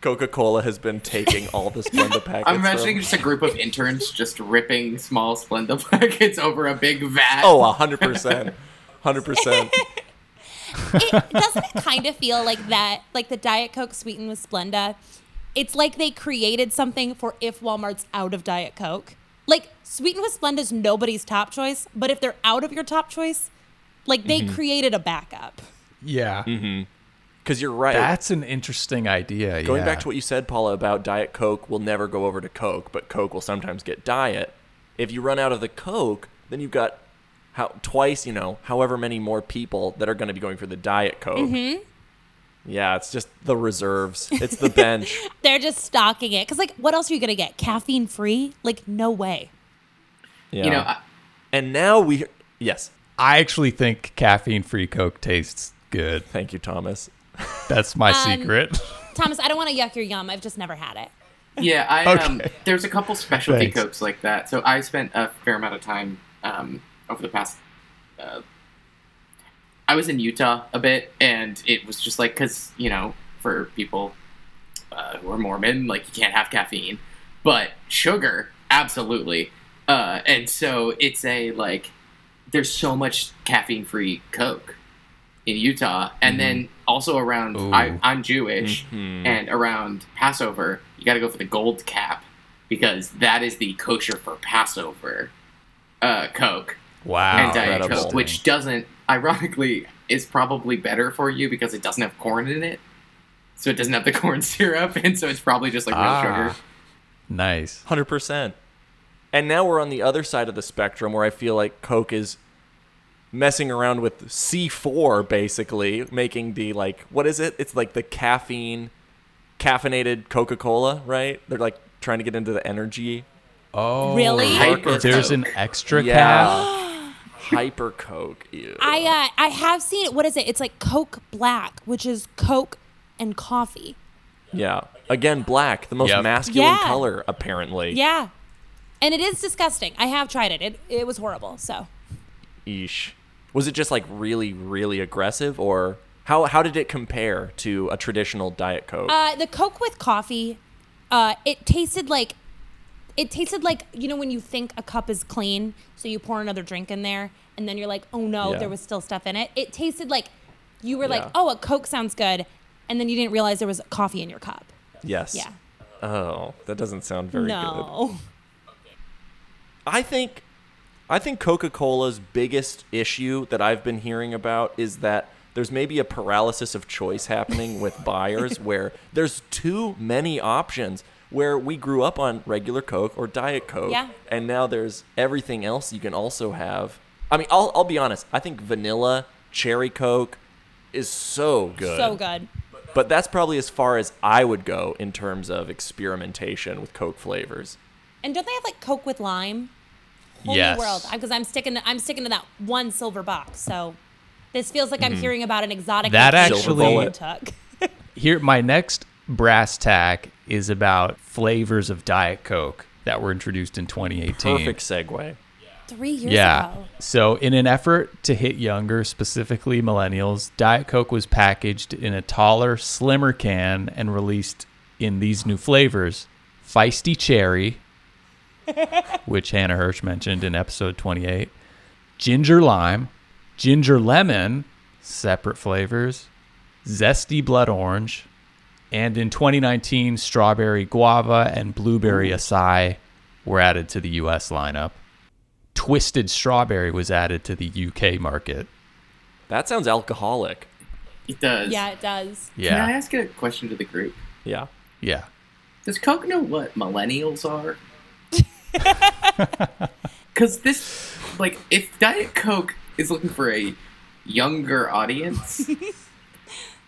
S2: Coca-Cola has been taking all the Splenda packets.
S4: I'm imagining
S2: From-
S4: just a group of interns just ripping small Splenda packets over a big vat.
S2: oh, hundred percent, hundred percent.
S3: it doesn't it kind of feel like that like the diet coke sweetened with splenda it's like they created something for if walmart's out of diet coke like sweetened with splenda is nobody's top choice but if they're out of your top choice like they created a backup
S1: Yeah.
S2: Because you're right.
S1: That's an interesting idea.
S2: Going
S1: yeah.
S2: back to what you said, Paula, about Diet Coke will never go over to Coke, but Coke will sometimes get Diet. If you run out of the Coke, then you've got how twice, you know, however many more people that are going to be going for the Diet Coke.
S4: Mm-hmm.
S2: Yeah, it's just the reserves. It's the bench.
S3: they're just stocking it because like what else are you gonna get caffeine free like no way
S2: yeah.
S4: You know, I,
S2: and now we yes,
S1: I actually think caffeine free Coke tastes good.
S2: thank you, Thomas.
S1: That's my
S4: Um,
S1: secret.
S3: thomas i don't want to yuck your yum i've just never had it
S4: Yeah, I um,
S1: Okay.
S4: there's a couple specialty
S1: Thanks.
S4: cokes like that. So I spent a fair amount of time um, over the past. Uh, I was in Utah a bit, and it was just like because you know, for people uh, who are Mormon, like you can't have caffeine, but sugar, absolutely. Uh, and so it's a like, there's so much caffeine-free Coke in Utah, and then also around. I,
S1: Mm-hmm. Ooh.
S4: I'm Jewish
S1: Mm-hmm.
S2: Mhm.
S4: and around Passover, you got to go for the gold cap because that is the kosher for Passover uh, Coke
S1: wow.
S4: and Diet
S2: incredible.
S4: Coke, which doesn't, ironically, is probably better for you because it doesn't have corn in it. So it doesn't have the corn syrup, and so it's probably just like real
S1: Ah.
S4: sugar.
S1: Nice.
S2: Hundred percent. And now we're on the other side of the spectrum where I feel like Coke is messing around with C four basically, making the like what is it? It's like the caffeine caffeinated Coca Cola, right? They're like trying to get into the energy
S1: Oh.
S3: Really?
S4: Hyper
S1: There's
S4: Coke.
S1: an extra
S2: Yeah.
S1: cap.
S2: hyper Coke. Ew.
S3: I uh, I have seen it. What is it? It's like Coke Black, which is Coke and coffee.
S2: Yeah. Again, black, the most
S1: Yep.
S2: masculine
S3: Yeah.
S2: color, apparently.
S3: Yeah. And it is disgusting. I have tried it. It it was horrible. So
S2: Eesh. Was it just like really, really aggressive, or how how did it compare to a traditional diet coke?
S3: uh, the Coke with coffee, uh, it tasted like it tasted like you know when you think a cup is clean, so you pour another drink in there, and then you're like, oh no,
S2: Yeah.
S3: there was still stuff in it. It tasted like you were like,
S2: Yeah.
S3: oh, a Coke sounds good, and then you didn't realize there was coffee in your cup.
S2: yes.
S3: Yeah.
S2: Oh, that doesn't sound very good.
S3: no.
S2: I think I think Coca-Cola's biggest issue that I've been hearing about is that there's maybe a paralysis of choice happening with buyers where there's too many options where we grew up on regular Coke or Diet Coke
S3: Yeah.
S2: and now there's everything else you can also have. I mean, I'll I'll be honest, I think vanilla cherry Coke is so good.
S3: So good.
S2: But that's probably as far as I would go in terms of experimentation with Coke flavors.
S3: And don't they have like Coke with lime? Whole
S1: Yes.
S3: new world. Because I'm sticking. To, I'm sticking to that one silver box. So this feels like I'm hearing about an exotic.
S1: That
S3: location
S2: Mm-hmm. actually-
S3: that you took.
S1: Here, my next brass tack is about flavors of Diet Coke that were introduced in 2018.
S2: Perfect segue.
S3: three years
S1: Yeah.
S3: ago.
S1: So, in an effort to hit younger, specifically millennials, Diet Coke was packaged in a taller, slimmer can and released in these new flavors Feisty Cherry, which Hannah Hirsch mentioned in episode 28, Ginger Lime, Ginger Lemon, separate flavors, Zesty Blood Orange, and in 2019, Strawberry Guava and Blueberry Acai were added to the US lineup. Twisted Strawberry was added to the UK market.
S2: That sounds alcoholic.
S4: It does.
S3: Yeah, it does.
S4: Can
S1: Yeah.
S4: I ask a question to the group?
S2: Yeah.
S1: Yeah.
S4: Does Coke know what millennials are? Because this, like, if Diet Coke is looking for a younger audience,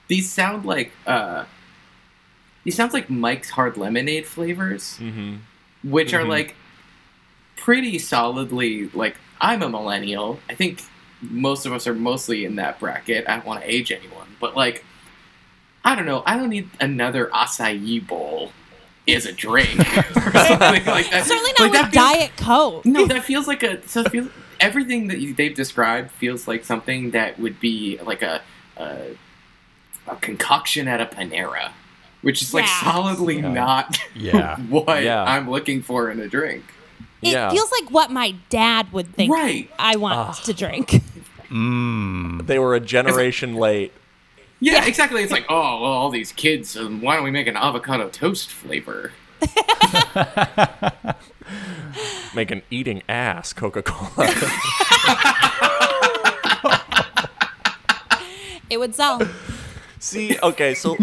S4: these sound like uh, these sounds like Mike's Hard Lemonade flavors,
S2: Mm-hmm.
S4: which are
S2: Mhm.
S4: like pretty solidly like I'm a millennial. I think most of us are mostly in that bracket. I don't want to age anyone, but like, I don't know. I don't need another acai bowl is a drink or something like that.
S3: Certainly
S4: Uh,
S3: not
S4: Like, that
S3: with
S4: feels-
S3: Diet Coke.
S4: No, that feels like a. So it feels, everything that you, they've described feels like something that would be like a a, a concoction at a Panera, which is like
S3: Yeah.
S4: solidly
S2: Yeah.
S4: not
S1: Yeah.
S4: what
S2: Yeah.
S4: I'm looking for in a drink.
S3: It
S2: Yeah. Ah.
S3: feels like what my dad would think
S4: Right.
S3: I want
S2: Ugh.
S3: to drink.
S1: Mmm.
S2: They were a generation late.
S4: Yeah, exactly. It's like, oh, well, all these kids. Um, why don't we make an avocado toast flavor?
S2: Make an eating ass Coca Cola.
S3: It would sell.
S2: See, okay, so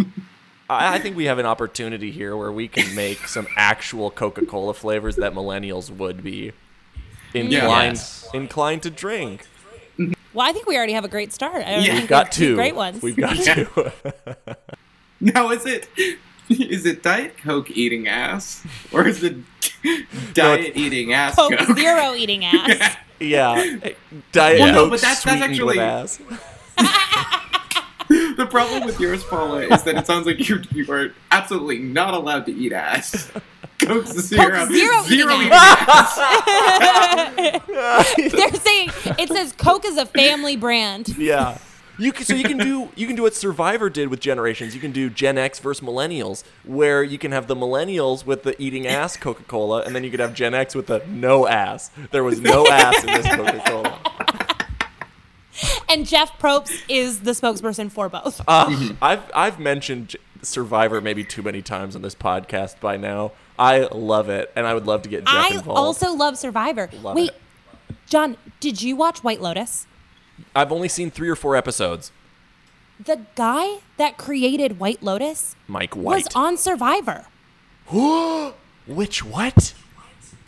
S2: I, I think we have an opportunity here where we can make some actual Coca Cola flavors that millennials would be inclined
S1: Yes.
S2: inclined to drink.
S3: Well, I think we already have a great start. I
S4: Yeah.
S2: We've
S3: think we've
S4: We've
S2: got
S3: two
S2: two.
S3: great ones.
S2: We've got
S4: Yeah.
S2: two.
S4: Now is it is it Diet Coke eating ass or is it Diet eating ass
S3: Coke
S4: Coke?
S3: zero eating ass.
S2: yeah. Diet
S1: Well, no,
S2: Coke
S4: but that's- that's
S2: sweetened with
S4: actually-
S2: ass.
S4: The problem with yours, Paula, is that it sounds like you you are absolutely not allowed to eat ass. Coke zero,
S3: Coke zero eating
S4: eating
S3: They're saying it says Coke is a family brand.
S2: Yeah. You can, so you can do you can do what Survivor did with generations. You can do Gen X versus Millennials, where you can have the Millennials with the eating ass Coca Cola, and then you could have Gen X with the no ass. There was no ass in this Coca Cola.
S3: And Jeff Probst is the spokesperson for both.
S2: Uh, I've I've mentioned J- Survivor maybe too many times on this podcast by now. I love it, and I would love to get Jeff
S3: I
S2: involved.
S3: also love Survivor.
S2: Love
S3: Wait,
S2: it.
S3: John, did you watch White Lotus?
S2: I've only seen three or four episodes.
S3: The guy that created White Lotus
S2: Mike White.
S3: was on Survivor.
S2: Which what?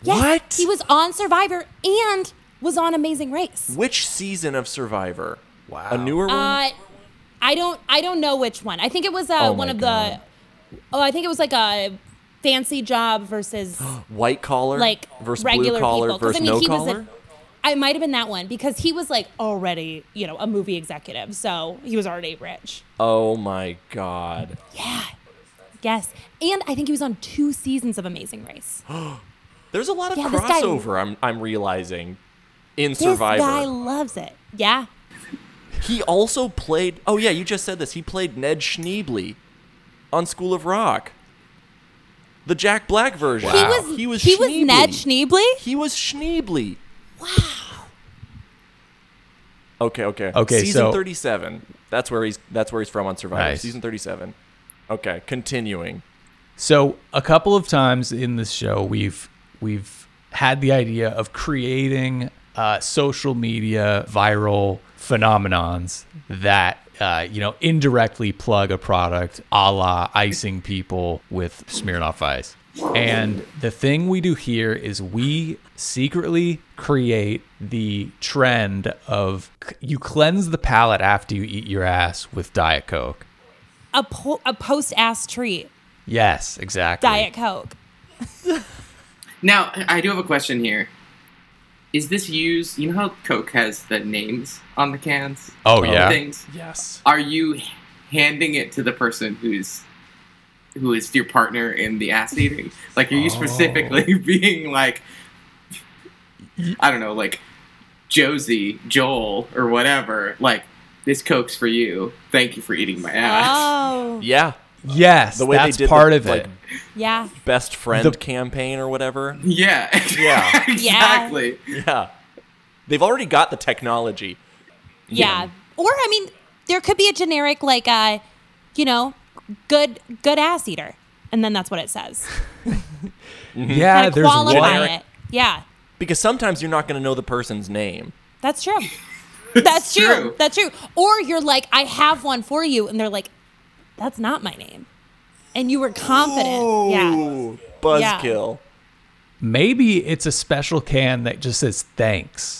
S3: Yes,
S2: What?
S3: He was on Survivor and was on Amazing Race.
S2: Which season of Survivor?
S1: Wow.
S2: A newer one.
S3: Uh, I don't I don't know which one. I think it was uh,
S2: Oh
S3: one
S2: my
S3: of
S2: God.
S3: the Oh, I think it was like a fancy job versus
S2: white collar
S3: like
S2: versus
S3: regular
S2: blue collar
S3: people
S2: versus
S3: I mean
S2: no
S3: he
S2: collar.
S3: was a, I might have been that one because he was like already, you know, a movie executive. So, he was already rich.
S2: oh my Oh god!
S3: Yeah. Yes. And I think he was on two seasons of Amazing Race.
S2: There's a lot of
S3: Yeah, this guy-
S2: crossover. I'm I'm realizing in
S3: This
S2: Survivor.
S3: guy loves it. Yeah.
S2: He also played. Oh yeah, you just said this. He played Ned Schneebly on School of Rock. The Jack Black version.
S1: Wow.
S3: He was he was, he was Ned Schneebly.
S2: He was Schneebly. Wow. Okay, okay.
S1: Okay,
S2: Season
S1: so-
S2: 37. That's where he's that's where he's from on Survivor.
S1: Nice.
S2: Season 37. Okay, continuing.
S1: So a couple of times in this show, we've we've had the idea of creating uh, social media viral phenomenons that uh, you know indirectly plug a product, a la icing people with Smirnoff Ice. And the thing we do here is we secretly create the trend of c- you cleanse the palate after you eat your ass with Diet Coke.
S3: A, po- a post ass treat.
S1: Yes, exactly.
S3: Diet Coke.
S4: Now, I I do have a question here. Is this used? You know how Coke has the names on the cans?
S1: Oh,
S4: of
S1: yeah.
S4: Things.
S2: Yes.
S4: Are you handing it to the person who's who is your partner in the ass eating? Like, are you specifically
S1: Oh.
S4: being like, I don't know, like Josie, Joel, or whatever? Like, this Coke's for you. Thank you for eating my ass.
S3: Oh.
S2: Yeah.
S1: Yes,
S2: The way
S1: that's
S2: they did
S1: part
S2: the,
S1: of
S2: like,
S1: it.
S3: Yeah.
S2: best friend
S1: The-
S2: campaign or whatever.
S4: Yeah.
S2: Yeah.
S4: exactly.
S2: Yeah. They've already got the technology.
S3: Yeah. Or I mean, there could be a generic like uh, you know, good good ass eater. And then that's what it says.
S2: mm-hmm.
S1: Yeah,
S3: Kinda
S1: Uh, there's
S3: qualify
S1: one.
S3: it. Yeah.
S2: Because sometimes you're not going to know the person's name.
S3: That's true. That's true.
S4: true.
S3: That's true. Or you're like, I have one for you, and they're like, That's not my name. And you were confident. Yeah.
S2: Ooh, Buzzkill.
S1: Maybe it's a special can that just says thanks.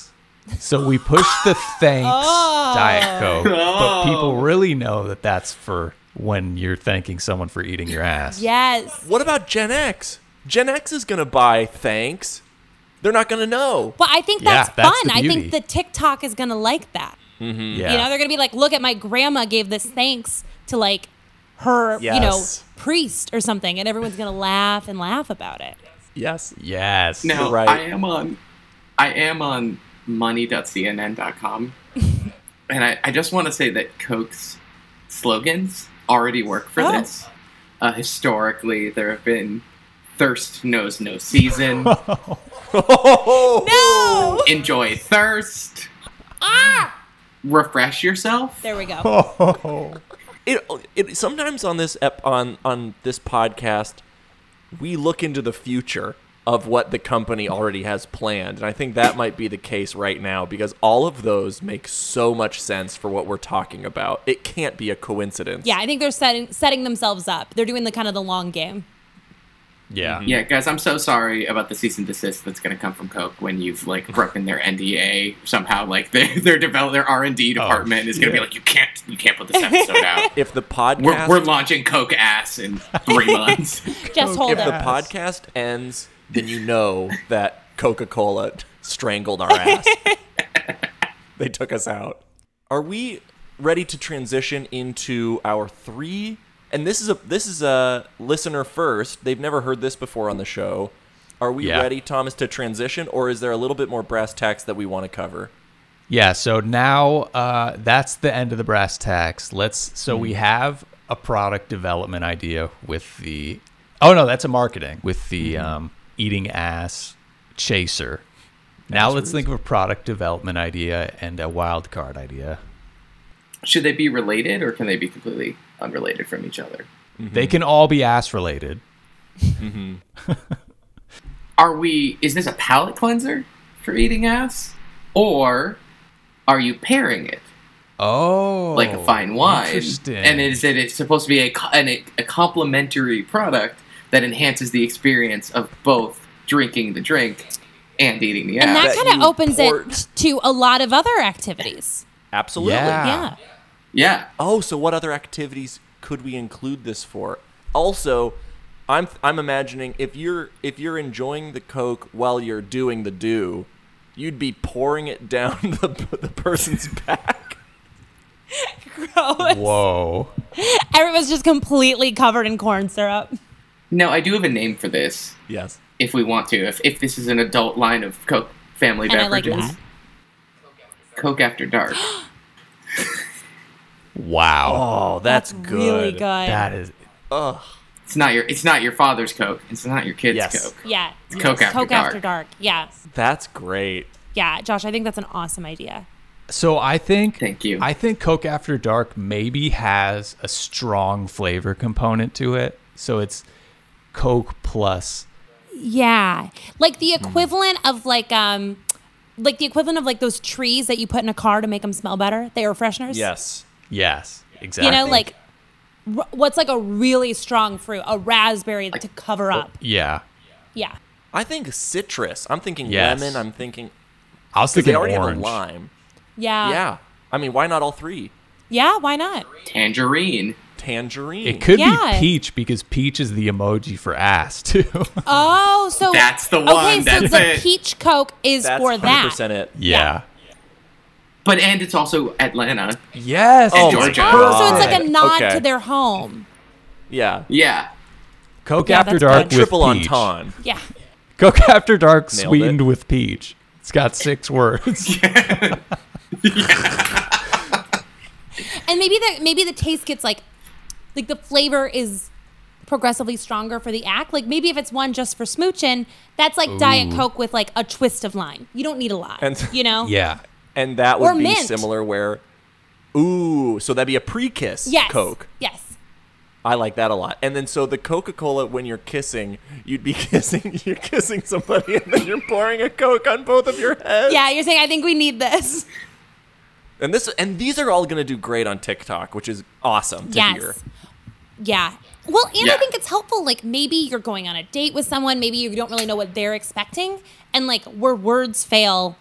S1: So we push the thanks
S3: Oh.
S1: Diet Coke,
S2: Oh.
S1: but people really know that that's for when you're thanking someone for eating your ass.
S3: Yes.
S2: What about Gen X? Gen X is going to buy thanks. They're not going to know.
S3: Well, I think
S1: Yeah,
S3: that's
S1: that's
S3: fun.
S1: the
S3: I
S1: beauty.
S3: think the TikTok is gonna like that.
S1: Yeah.
S3: You know, they're gonna be like, Look at my grandma gave this thanks to like her, you know,
S2: Yes.
S3: priest or something, and everyone's gonna laugh and laugh about it.
S2: Yes.
S1: yes.
S4: Now
S2: You're right.
S4: I am on I am on money.cnn.com. and I, I just want to say that Coke's slogans already work for
S3: Oh.
S4: this. Uh, historically, there have been thirst knows no season,
S3: No!
S4: enjoy thirst,
S3: Ah!
S4: refresh yourself.
S3: There we go.
S1: Oh.
S2: It, it sometimes on this ep, on on this podcast, we look into the future of what the company already has planned, and I think that might be the case right now because all of those make so much sense for what we're talking about. It can't be a coincidence.
S3: Yeah, I think they're setting setting themselves up. They're doing the kind of the long game.
S1: Yeah.
S4: Yeah, guys, I'm so sorry about the cease and desist that's going to come from Coke when you've like broken their NDA somehow. Like their their develop their R and D department is going to be like, you can't you can't put this episode out.
S2: If the podcast
S4: We're, we're launching Coke ass in three months.
S3: Just hold
S2: if the
S3: up.
S2: podcast ends, then you know that Coca Cola strangled our ass. they took us out. Are we ready to transition into our three? And this is a this is a listener first. They've never heard this before on the show. Are we
S1: Yeah.
S2: ready, Thomas, to transition, or is there a little bit more brass tacks that we want to cover?
S1: Yeah, so now uh, that's the end of the brass tacks. Let's so
S4: Mm.
S1: we have a product development idea with the oh no, that's a marketing with the
S4: Mm-hmm.
S1: um, eating ass chaser. Now let's think of a product development idea and a wild card idea.
S4: Should they be related or can they be completely unrelated from each other?
S1: They
S4: Mm-hmm.
S1: can all be ass related.
S4: Are we? Is this a palate cleanser for eating ass, or are you pairing it
S1: Oh,
S4: like a fine wine?
S1: Interesting.
S4: And is it it's supposed to be a co- an, e, a complementary product that enhances the experience of both drinking the drink and eating the
S3: and
S4: ass?
S3: that
S2: that you
S3: kind of opens
S2: port.
S3: it to a lot of other activities.
S2: Absolutely.
S1: Yeah.
S3: Yeah.
S4: yeah,
S2: Oh, so what other activities could we include this for? Also, I'm I'm imagining if you're if you're enjoying the coke while you're doing the do, you'd be pouring it down the the person's back.
S3: ago.
S1: Whoa.
S3: Everyone's just completely covered in corn syrup.
S4: No, I do have a name for this
S2: Yes.
S4: if we want to. If, if this is an adult line of Coke family
S3: And I like
S4: beverages.
S3: that.
S4: Coke after dark.
S1: Wow.
S2: Oh, that's, good.
S3: Really good.
S1: That is
S2: Ugh.
S4: It's not your it's not your father's Coke. It's not your kid's
S2: Yes.
S4: Coke.
S3: Yeah. It's
S4: Coke after dark.
S3: after dark. Yeah.
S2: That's great.
S3: Yeah. Josh, I think that's an awesome idea.
S1: So I think
S4: Thank you.
S1: I think Coke After Dark maybe has a strong flavor component to it. So it's Coke plus.
S3: Yeah. Like
S4: Mm.
S3: the equivalent of like um like the equivalent of like those trees that you put in a car to make them smell better. They are fresheners.
S2: Yes.
S1: Yes, exactly.
S3: You know, like r- what's like a really strong fruit, a raspberry to cover up.
S4: Oh.
S1: yeah.
S3: Yeah.
S2: I think citrus. I'm thinking
S1: Yes.
S2: lemon. I'm thinking
S1: I was
S2: because
S1: thinking
S2: they already
S1: orange.
S2: have a lime.
S3: Yeah.
S2: yeah. I mean, why not all three?
S3: Yeah, why not?
S4: Tangerine.
S2: Tangerine.
S1: It could
S3: Yeah.
S1: be peach because peach is the emoji for ass too.
S3: Oh, so
S4: That's the
S3: Okay,
S4: one.
S3: so
S4: That's
S3: the
S4: it.
S3: peach coke is
S2: That's
S3: for
S2: 100%
S3: that.
S2: it.
S1: yeah.
S4: But and it's also Atlanta.
S1: Yes.
S2: Oh
S1: it's
S2: my
S1: perfect.
S3: Oh, so it's like a
S2: Right.
S3: nod
S2: Okay.
S3: to their home.
S2: Yeah.
S4: Yeah.
S1: Coke
S3: Yeah,
S1: After
S3: that's
S1: Dark
S3: good.
S1: with
S2: Triple
S1: peach.
S2: entente.
S3: Yeah.
S1: Coke After Dark
S2: Nailed it.
S1: sweetened with peach. It's got six words.
S3: And maybe the maybe the taste gets like like the flavor is progressively stronger for the act. Like maybe if it's one just for smooching, that's like Diet Coke with like a twist of lime. You don't need a lot.
S2: And-
S3: you know?
S1: yeah.
S2: And that
S3: Or
S2: would be
S3: mint.
S2: similar where Ooh, so that'd be a pre-kiss
S3: Yes.
S2: Coke.
S3: Yes.
S2: I like that a lot. And then so the Coca-Cola when you're kissing, you'd be kissing you're kissing somebody and then you're pouring a Coke on both of your heads.
S3: Yeah, you're saying I think we need this.
S2: And this and these are all gonna do great on TikTok, which is awesome to
S3: yes.
S2: hear.
S3: Yeah. Well, and I
S4: Yeah.
S3: think it's helpful. Like maybe you're going on a date with someone, maybe you don't really know what they're expecting, and like where words fail,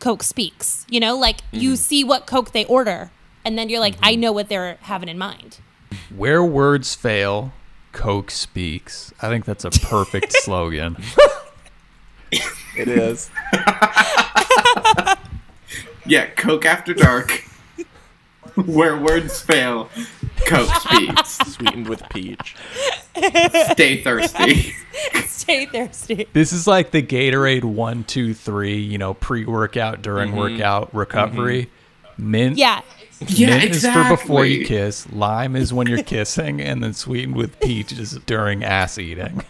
S3: Coke speaks. You know, like
S2: Mm-hmm.
S3: you see what Coke they order, and then you're like, I know what they're having in mind.
S1: Where words fail, Coke speaks. I think that's a perfect slogan.
S2: It is.
S4: Yeah, Coke after dark. Where words fail, Coke speaks.
S2: Sweetened with peach.
S4: Stay thirsty.
S3: Stay thirsty.
S1: This is like the Gatorade one, two, three, you know, pre workout, during
S2: Mm-hmm.
S1: workout, recovery. Mint.
S3: Yeah.
S4: Yeah,
S1: Mint
S4: exactly.
S1: is for before you kiss. Lime is when you're kissing, and then sweetened with peach is during ass eating.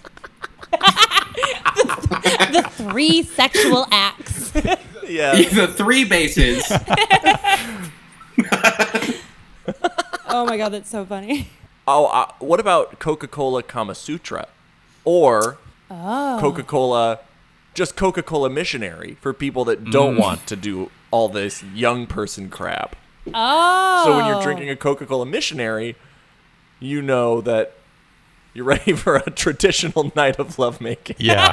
S3: The three sexual acts.
S2: Yeah.
S4: the three bases.
S3: Oh my god, that's so funny.
S2: Oh, uh, what about Coca Cola Kama Sutra, or Coca Cola, just Coca Cola missionary for people that don't want to do all this young person crap.
S3: Oh.
S2: So when you're drinking a Coca Cola missionary, you know that you're ready for a traditional night of lovemaking.
S1: Yeah.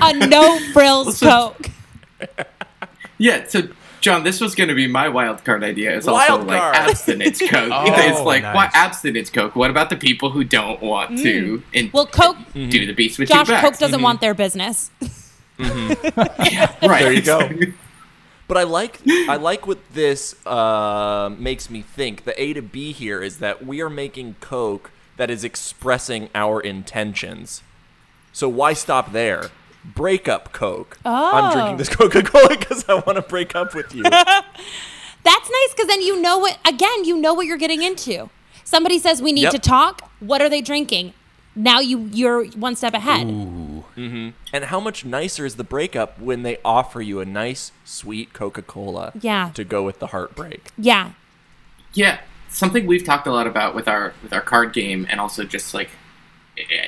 S3: a no frills Coke.
S4: Yeah, so John, this was going to be my wild card idea. It's also
S2: Wild
S4: like
S2: card.
S4: abstinence coke. it's like
S1: Oh, nice.
S4: what abstinence coke? What about the people who don't want to and
S3: Well, Coke.
S2: Mm,
S4: do the beats with
S3: Josh,
S4: two
S3: Coke
S4: backs?
S2: Mm-hmm.
S3: doesn't want their business.
S4: right.
S2: There you go. But I like I like what this uh, makes me think. The A to B here is that we are making Coke that is expressing our intentions. So why stop there? Break up Coke. I'm
S3: Oh.
S2: drinking this Coca Cola because I want to break up with you.
S3: That's nice because then you know what, again, you know what you're getting into. Somebody says we need
S2: Yep.
S3: to talk. What are they drinking? Now you you're one step ahead.
S2: and how much nicer is the breakup when they offer you a nice, sweet Coca Cola
S3: Yeah.
S2: to go with the heartbreak?
S3: Yeah.
S4: Yeah, something we've talked a lot about with our with our card game, and also just like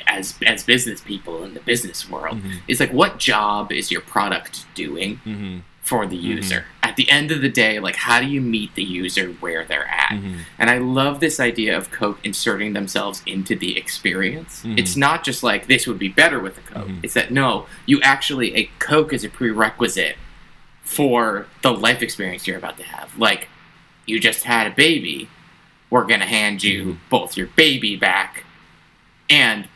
S4: as as business people in the business world, is like what job is your product doing for the user? At the end of the day, like how do you meet the user where they're at? And I love this idea of Coke inserting themselves into the experience. It's not just like this would be better with a Coke. It's that no, you actually a Coke is a prerequisite for the life experience you're about to have. Like, you just had a baby. We're going to hand you both your baby back and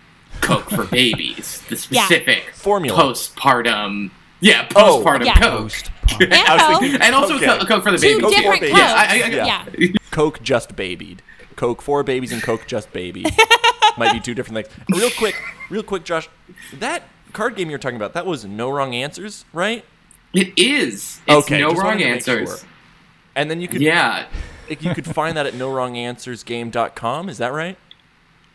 S4: Coke for babies, the specific
S2: Formula.
S4: postpartum Yeah, postpartum
S3: Yeah.
S4: Coke.
S1: Postpartum.
S3: And
S2: I was
S3: Coke,
S2: thinking-
S4: And also
S2: Okay.
S4: co- Coke for the
S3: two
S4: baby.
S2: Coke
S3: different
S2: babies.
S3: Cokes.
S2: Yeah,
S4: I- I- I-
S3: yeah.
S2: Coke just babied. Coke for babies and Coke just baby might be two different things. Real quick, real quick, Josh, that card game you're talking about that was no wrong answers, right?
S4: It is. It's
S2: Okay,
S4: no
S2: just wanted
S4: wrong
S2: to make
S4: answers.
S2: sure. And then you could
S4: Yeah,
S2: like, you could find that at no wrong answers game.com, is that right?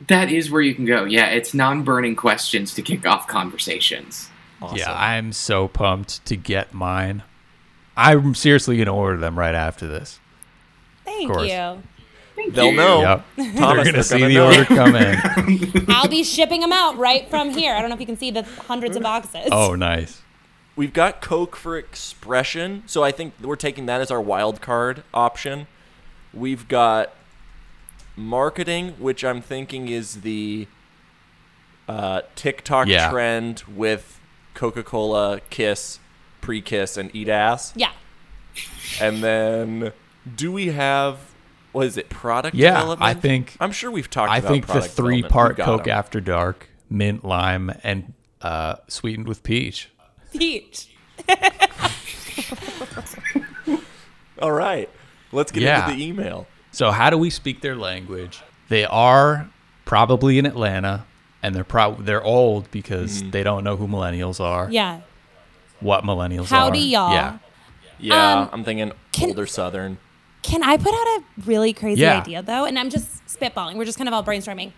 S4: that is where you can go. Yeah, it's non-burning questions to kick off conversations.
S2: Awesome.
S1: Yeah, I'm so pumped to get mine. I'm seriously gonna order them right after this.
S3: Thank
S1: course.
S3: you.
S4: Thank
S2: They'll
S4: you.
S2: know.
S1: Yep,
S2: Thomas,
S1: they're
S2: they're
S1: gonna see
S2: gonna
S1: the
S2: know.
S1: order come in.
S3: I'll be shipping them out right from here. I don't know if you can see the hundreds of boxes.
S1: Oh, nice.
S2: We've got Coke for expression, so I think we're taking that as our wild card option. We've got marketing, which I'm thinking is the uh, TikTok
S1: Yeah.
S2: trend with Coca-Cola, Kiss, pre-Kiss, and eat ass.
S3: yeah.
S2: And then, do we have what is it? Product
S1: Yeah, I
S2: development.
S1: think-
S2: I'm sure we've talked.
S1: I
S2: about
S1: think the
S2: product
S1: three
S2: development.
S1: part
S2: We've got
S1: Coke
S2: 'em.
S1: After Dark, mint, lime, and uh, sweetened with peach.
S3: Peach.
S2: All right, let's get
S1: Yeah.
S2: into the email.
S1: So, how do we speak their language? They are probably in Atlanta, and they're prob they're old because
S2: Mm-hmm.
S1: they don't know who millennials are.
S3: Yeah.
S1: What millennials are?
S3: Howdy, y'all.
S1: Yeah.
S2: Yeah,
S3: Um,
S2: I'm thinking
S3: can-
S2: older Southern.
S3: Can I put out a really crazy
S1: Yeah.
S3: idea though? And I'm just spitballing. We're just kind of all brainstorming.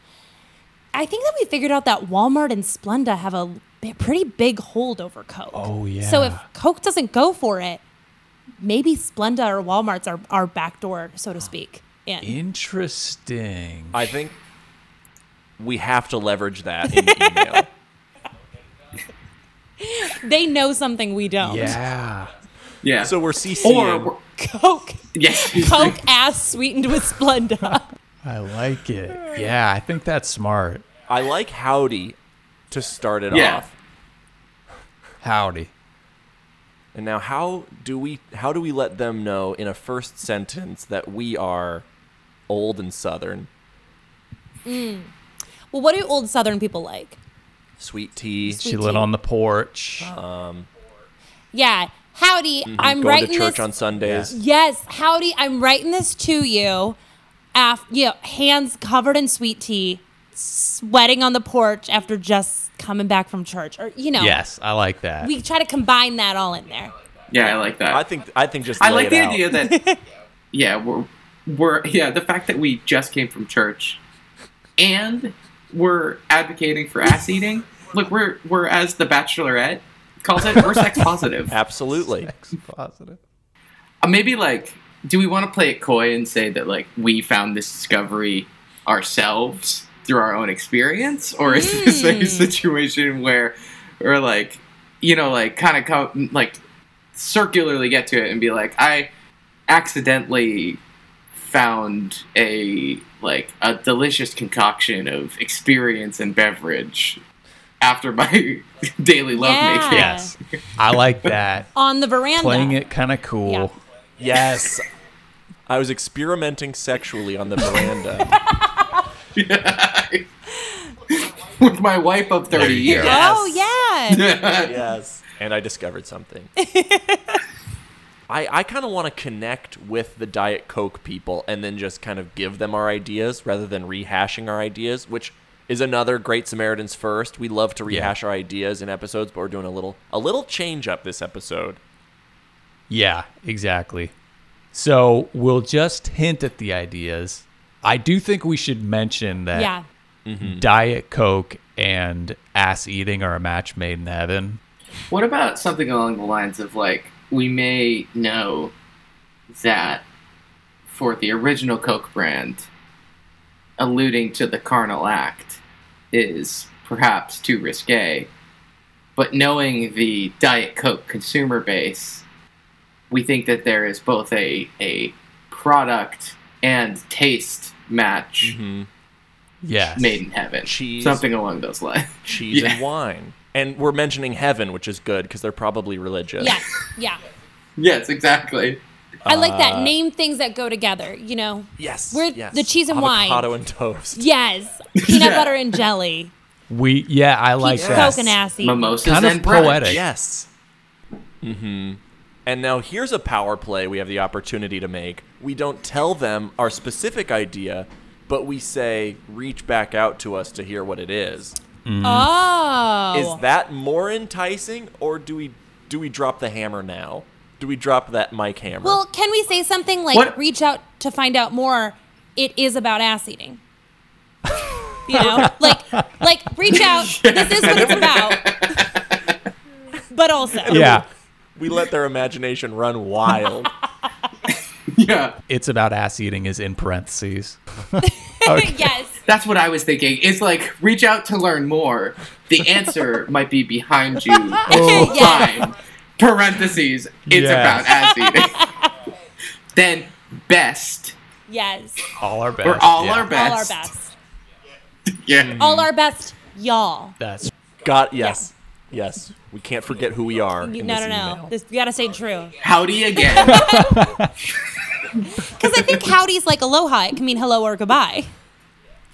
S3: I think that we figured out that Walmart and Splenda have a b- pretty big hold over Coke.
S1: Oh,
S3: So
S1: yeah.
S3: if Coke doesn't go for it, maybe Splenda or Walmart's our, our back door, so to speak. In.
S1: Interesting.
S2: I think we have to leverage that in the email.
S3: They know something we don't.
S1: yeah.
S4: Yeah.
S2: so
S4: So
S2: we're CCing.
S4: or we're-
S3: Coke.
S4: yes,
S3: Coke ass sweetened with Splenda.
S1: I like it. Yeah, I think that's smart.
S2: I like howdy to start it
S4: Yeah.
S2: off.
S1: Howdy.
S2: And now how do we how do we let them know in a first sentence that we are old and southern?
S3: well, what do old Southern people like?
S2: Sweet tea.
S1: She
S3: Sweet
S1: lit
S3: tea.
S1: on the porch.
S3: Oh. Yeah. Howdy, I'm
S2: Mm-hmm. going to
S3: writing
S2: church
S3: this.
S2: on Sundays.
S3: yes, howdy, I'm writing this to you. Af- you know, hands covered in sweet tea, sweating on the porch after just coming back from church, or you know.
S1: Yes, I like that.
S3: We try to combine that all in there.
S4: yeah, I like that.
S2: I think I think just
S4: I
S2: lay
S4: like
S2: it
S4: the
S2: out.
S4: idea that yeah, we're we're yeah, the fact that we just came from church and we're advocating for ass eating. Look, we're we're as the Bachelorette calls it, we're sex positive. Uh,
S2: Absolutely.
S1: Sex positive.
S4: maybe like, do we want to play it coy and say that like we found this discovery ourselves through our own experience, or is this a situation where we're like, you know, like kind of come like circularly get to it and be like, I accidentally found a like a delicious concoction of experience and beverage after my daily lovemaking.
S3: Yeah.
S1: Yes. I like that.
S3: On the veranda.
S1: Playing it kind of cool.
S3: uh, Yeah.
S2: Yes. I was experimenting sexually on the veranda.
S4: with my wife of 30 years.
S3: Oh yeah.
S2: yes. And I discovered something. I, I kind of want to connect with the Diet Coke people and then just kind of give them our ideas rather than rehashing our ideas, which is another Great Samaritans first. We love to rehash our ideas in episodes, but we're doing a little a little change up this episode.
S1: Yeah, exactly. So we'll just hint at the ideas. I do think we should mention that
S3: yeah.
S1: Mm-hmm. Diet Coke and ass eating are a match made in heaven.
S4: What about something along the lines of like, we may know that for the original Coke brand, alluding to the carnal act is perhaps too risque, but knowing the Diet Coke consumer base, we think that there is both a, a product and taste match
S1: Yes.
S4: made in heaven.
S2: Mm-hmm. Cheese.
S4: Something along those lines.
S2: Cheese
S4: Yeah.
S2: and wine. And we're mentioning heaven, which is good because they're probably religious.
S3: Yeah. Yeah.
S4: yes, exactly.
S3: I like
S1: Uh,
S3: that. Name things that go together, you know?
S2: Yes.
S3: We're-
S2: yes.
S3: the cheese and wine.
S2: Avocado and toast.
S3: Yes. Peanut
S4: Yeah.
S3: butter and jelly.
S1: We yeah, I like
S3: Peach
S1: that.
S3: Coke and ass eating.
S4: Mimosas
S1: Kind
S4: and
S1: of
S4: brunch.
S1: poetic.
S2: Yes. Mm-hmm. And now here's a power play we have the opportunity to make. We don't tell them our specific idea, but we say, reach back out to us to hear what it is.
S3: Oh.
S2: Is that more enticing or do we do we drop the hammer now? Do we drop that mic hammer?
S3: well, can we say something like
S4: What-
S3: reach out to find out more? It is about ass eating. You know, like, like reach out. This is what it's about. But also,
S1: yeah,
S2: we let their imagination run wild.
S4: yeah,
S1: it's about ass eating is in parentheses.
S3: yes.
S4: that's what I was thinking. It's like reach out to learn more. The answer might be behind you. It's
S3: Yes.
S4: Oh, fine. Parentheses. It's
S1: Yes.
S4: about ass eating. then best
S3: Yes.
S1: All our best.
S4: or all
S1: yeah.
S4: our best.
S3: All our best. Mm.
S4: Yeah.
S3: All our best, y'all.
S1: That's
S2: Got yes. Yes. We can't forget who we are.
S3: You,
S2: in
S3: no,
S2: this
S3: no, no.
S2: email.
S3: This, you gotta say true.
S4: Howdy again.
S3: Because I think howdy's like aloha. It can mean hello or goodbye.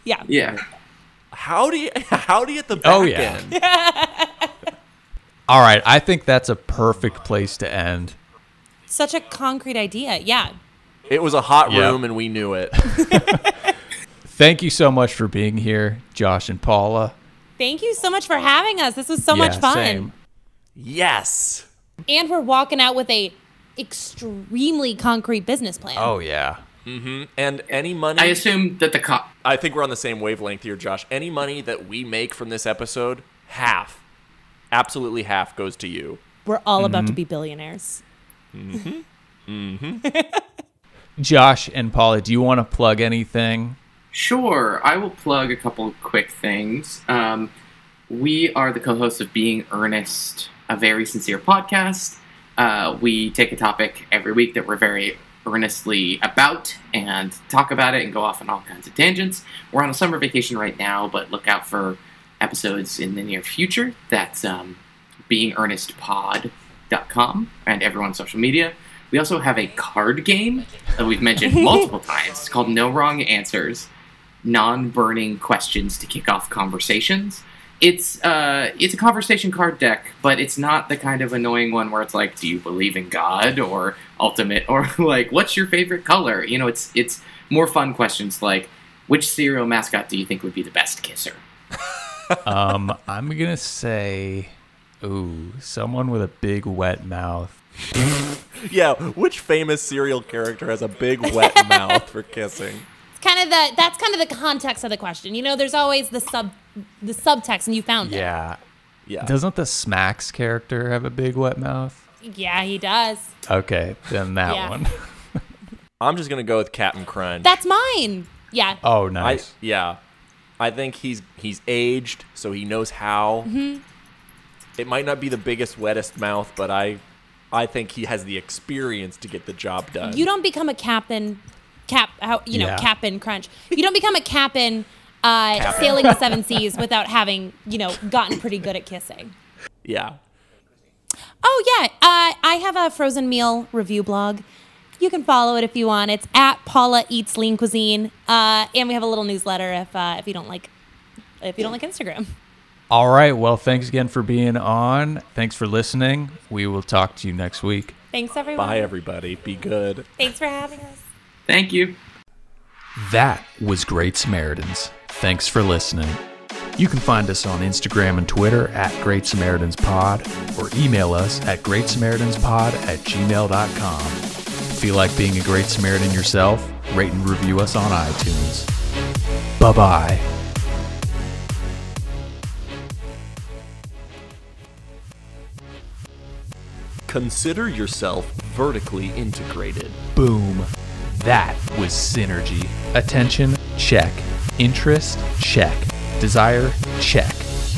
S3: Yeah.
S4: yeah.
S2: Howdy howdy at the back
S1: Oh, yeah.
S2: end.
S1: all right. I think that's a perfect place to end.
S3: Such a concrete idea. Yeah.
S2: It was a hot
S1: Yeah.
S2: room and we knew it.
S1: Thank you so much for being here, Josh and Paula.
S3: Thank you so much for having us. This was so much
S1: Yeah,
S3: fun.
S1: same.
S2: yes.
S3: And we're walking out with a extremely concrete business plan.
S1: Oh yeah.
S2: And any money
S4: I assume that the cop.
S2: I think we're on the same wavelength here, Josh. Any money that we make from this episode, half, absolutely half, goes to you.
S3: We're all about to
S1: Mm-hmm.
S3: be billionaires.
S1: Josh and Paula, do you want to plug anything?
S4: Sure, I will plug a couple of quick things. Um, we are the co hosts of Being Earnest, a very sincere podcast. Uh, we take a topic every week that we're very earnestly about and talk about it and go off on all kinds of tangents. We're on a summer vacation right now, but look out for episodes in the near future. That's um, beingearnestpod.com and everyone on social media. We also have a card game that we've mentioned multiple times. It's called No Wrong Answers non burning questions to kick off conversations. It's uh, it's a conversation card deck, but it's not the kind of annoying one where it's like, do you believe in God or ultimate or like, what's your favorite color? You know, it's it's more fun questions like, which cereal mascot do you think would be the best kisser?
S1: Um, I'm gonna say, ooh, someone with a big wet mouth.
S2: Yeah, which famous serial character has a big wet mouth for kissing?
S3: It's kind of the that's kind of the context of the question. You know, there's always the sub the subtext and you found
S1: Yeah.
S2: Yeah.
S1: Doesn't the Smacks character have a big wet mouth?
S3: it. Yeah, he does.
S1: Okay, then that
S3: Yeah.
S1: one.
S2: I'm just gonna go with Captain Crunch.
S3: That's mine. Yeah.
S1: Oh,
S2: I
S1: nice.
S2: yeah. I think he's he's aged, so he knows how. It might not be the biggest, wettest mouth, but I I think he has the experience to get the job done.
S3: you don't become a captain cap how you know
S1: Yeah.
S3: captain crunch you don't become a captain uh,
S2: Cap'n.
S3: sailing the seven seas without having you know gotten pretty good at kissing
S2: yeah.
S3: oh yeah uh, i have a frozen meal review blog you can follow it if you want it's at paula eats lean cuisine uh, and we have a little newsletter if uh, if you don't like if you don't like instagram
S1: All right. Well, thanks again for being on. Thanks for listening. We will talk to you next week.
S3: thanks everyone
S2: Bye everybody. Be good.
S3: thanks for having us
S4: Thank you.
S1: That was Great Samaritans. Thanks for listening. You can find us on Instagram and Twitter at Great Samaritans Pod or email us at Great Pod at gmail.com. Feel like being a Great Samaritan yourself? Rate and review us on iTunes. Bye bye.
S2: Consider yourself vertically integrated.
S1: Boom. That was synergy. Attention, check. Interest, check. Desire, check.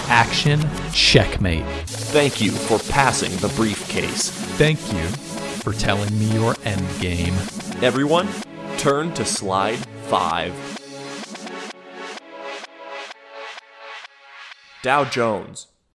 S1: Action, checkmate.
S2: Thank you for passing the briefcase.
S1: Thank you for telling me your end game.
S2: Everyone, turn to slide five. Dow Jones,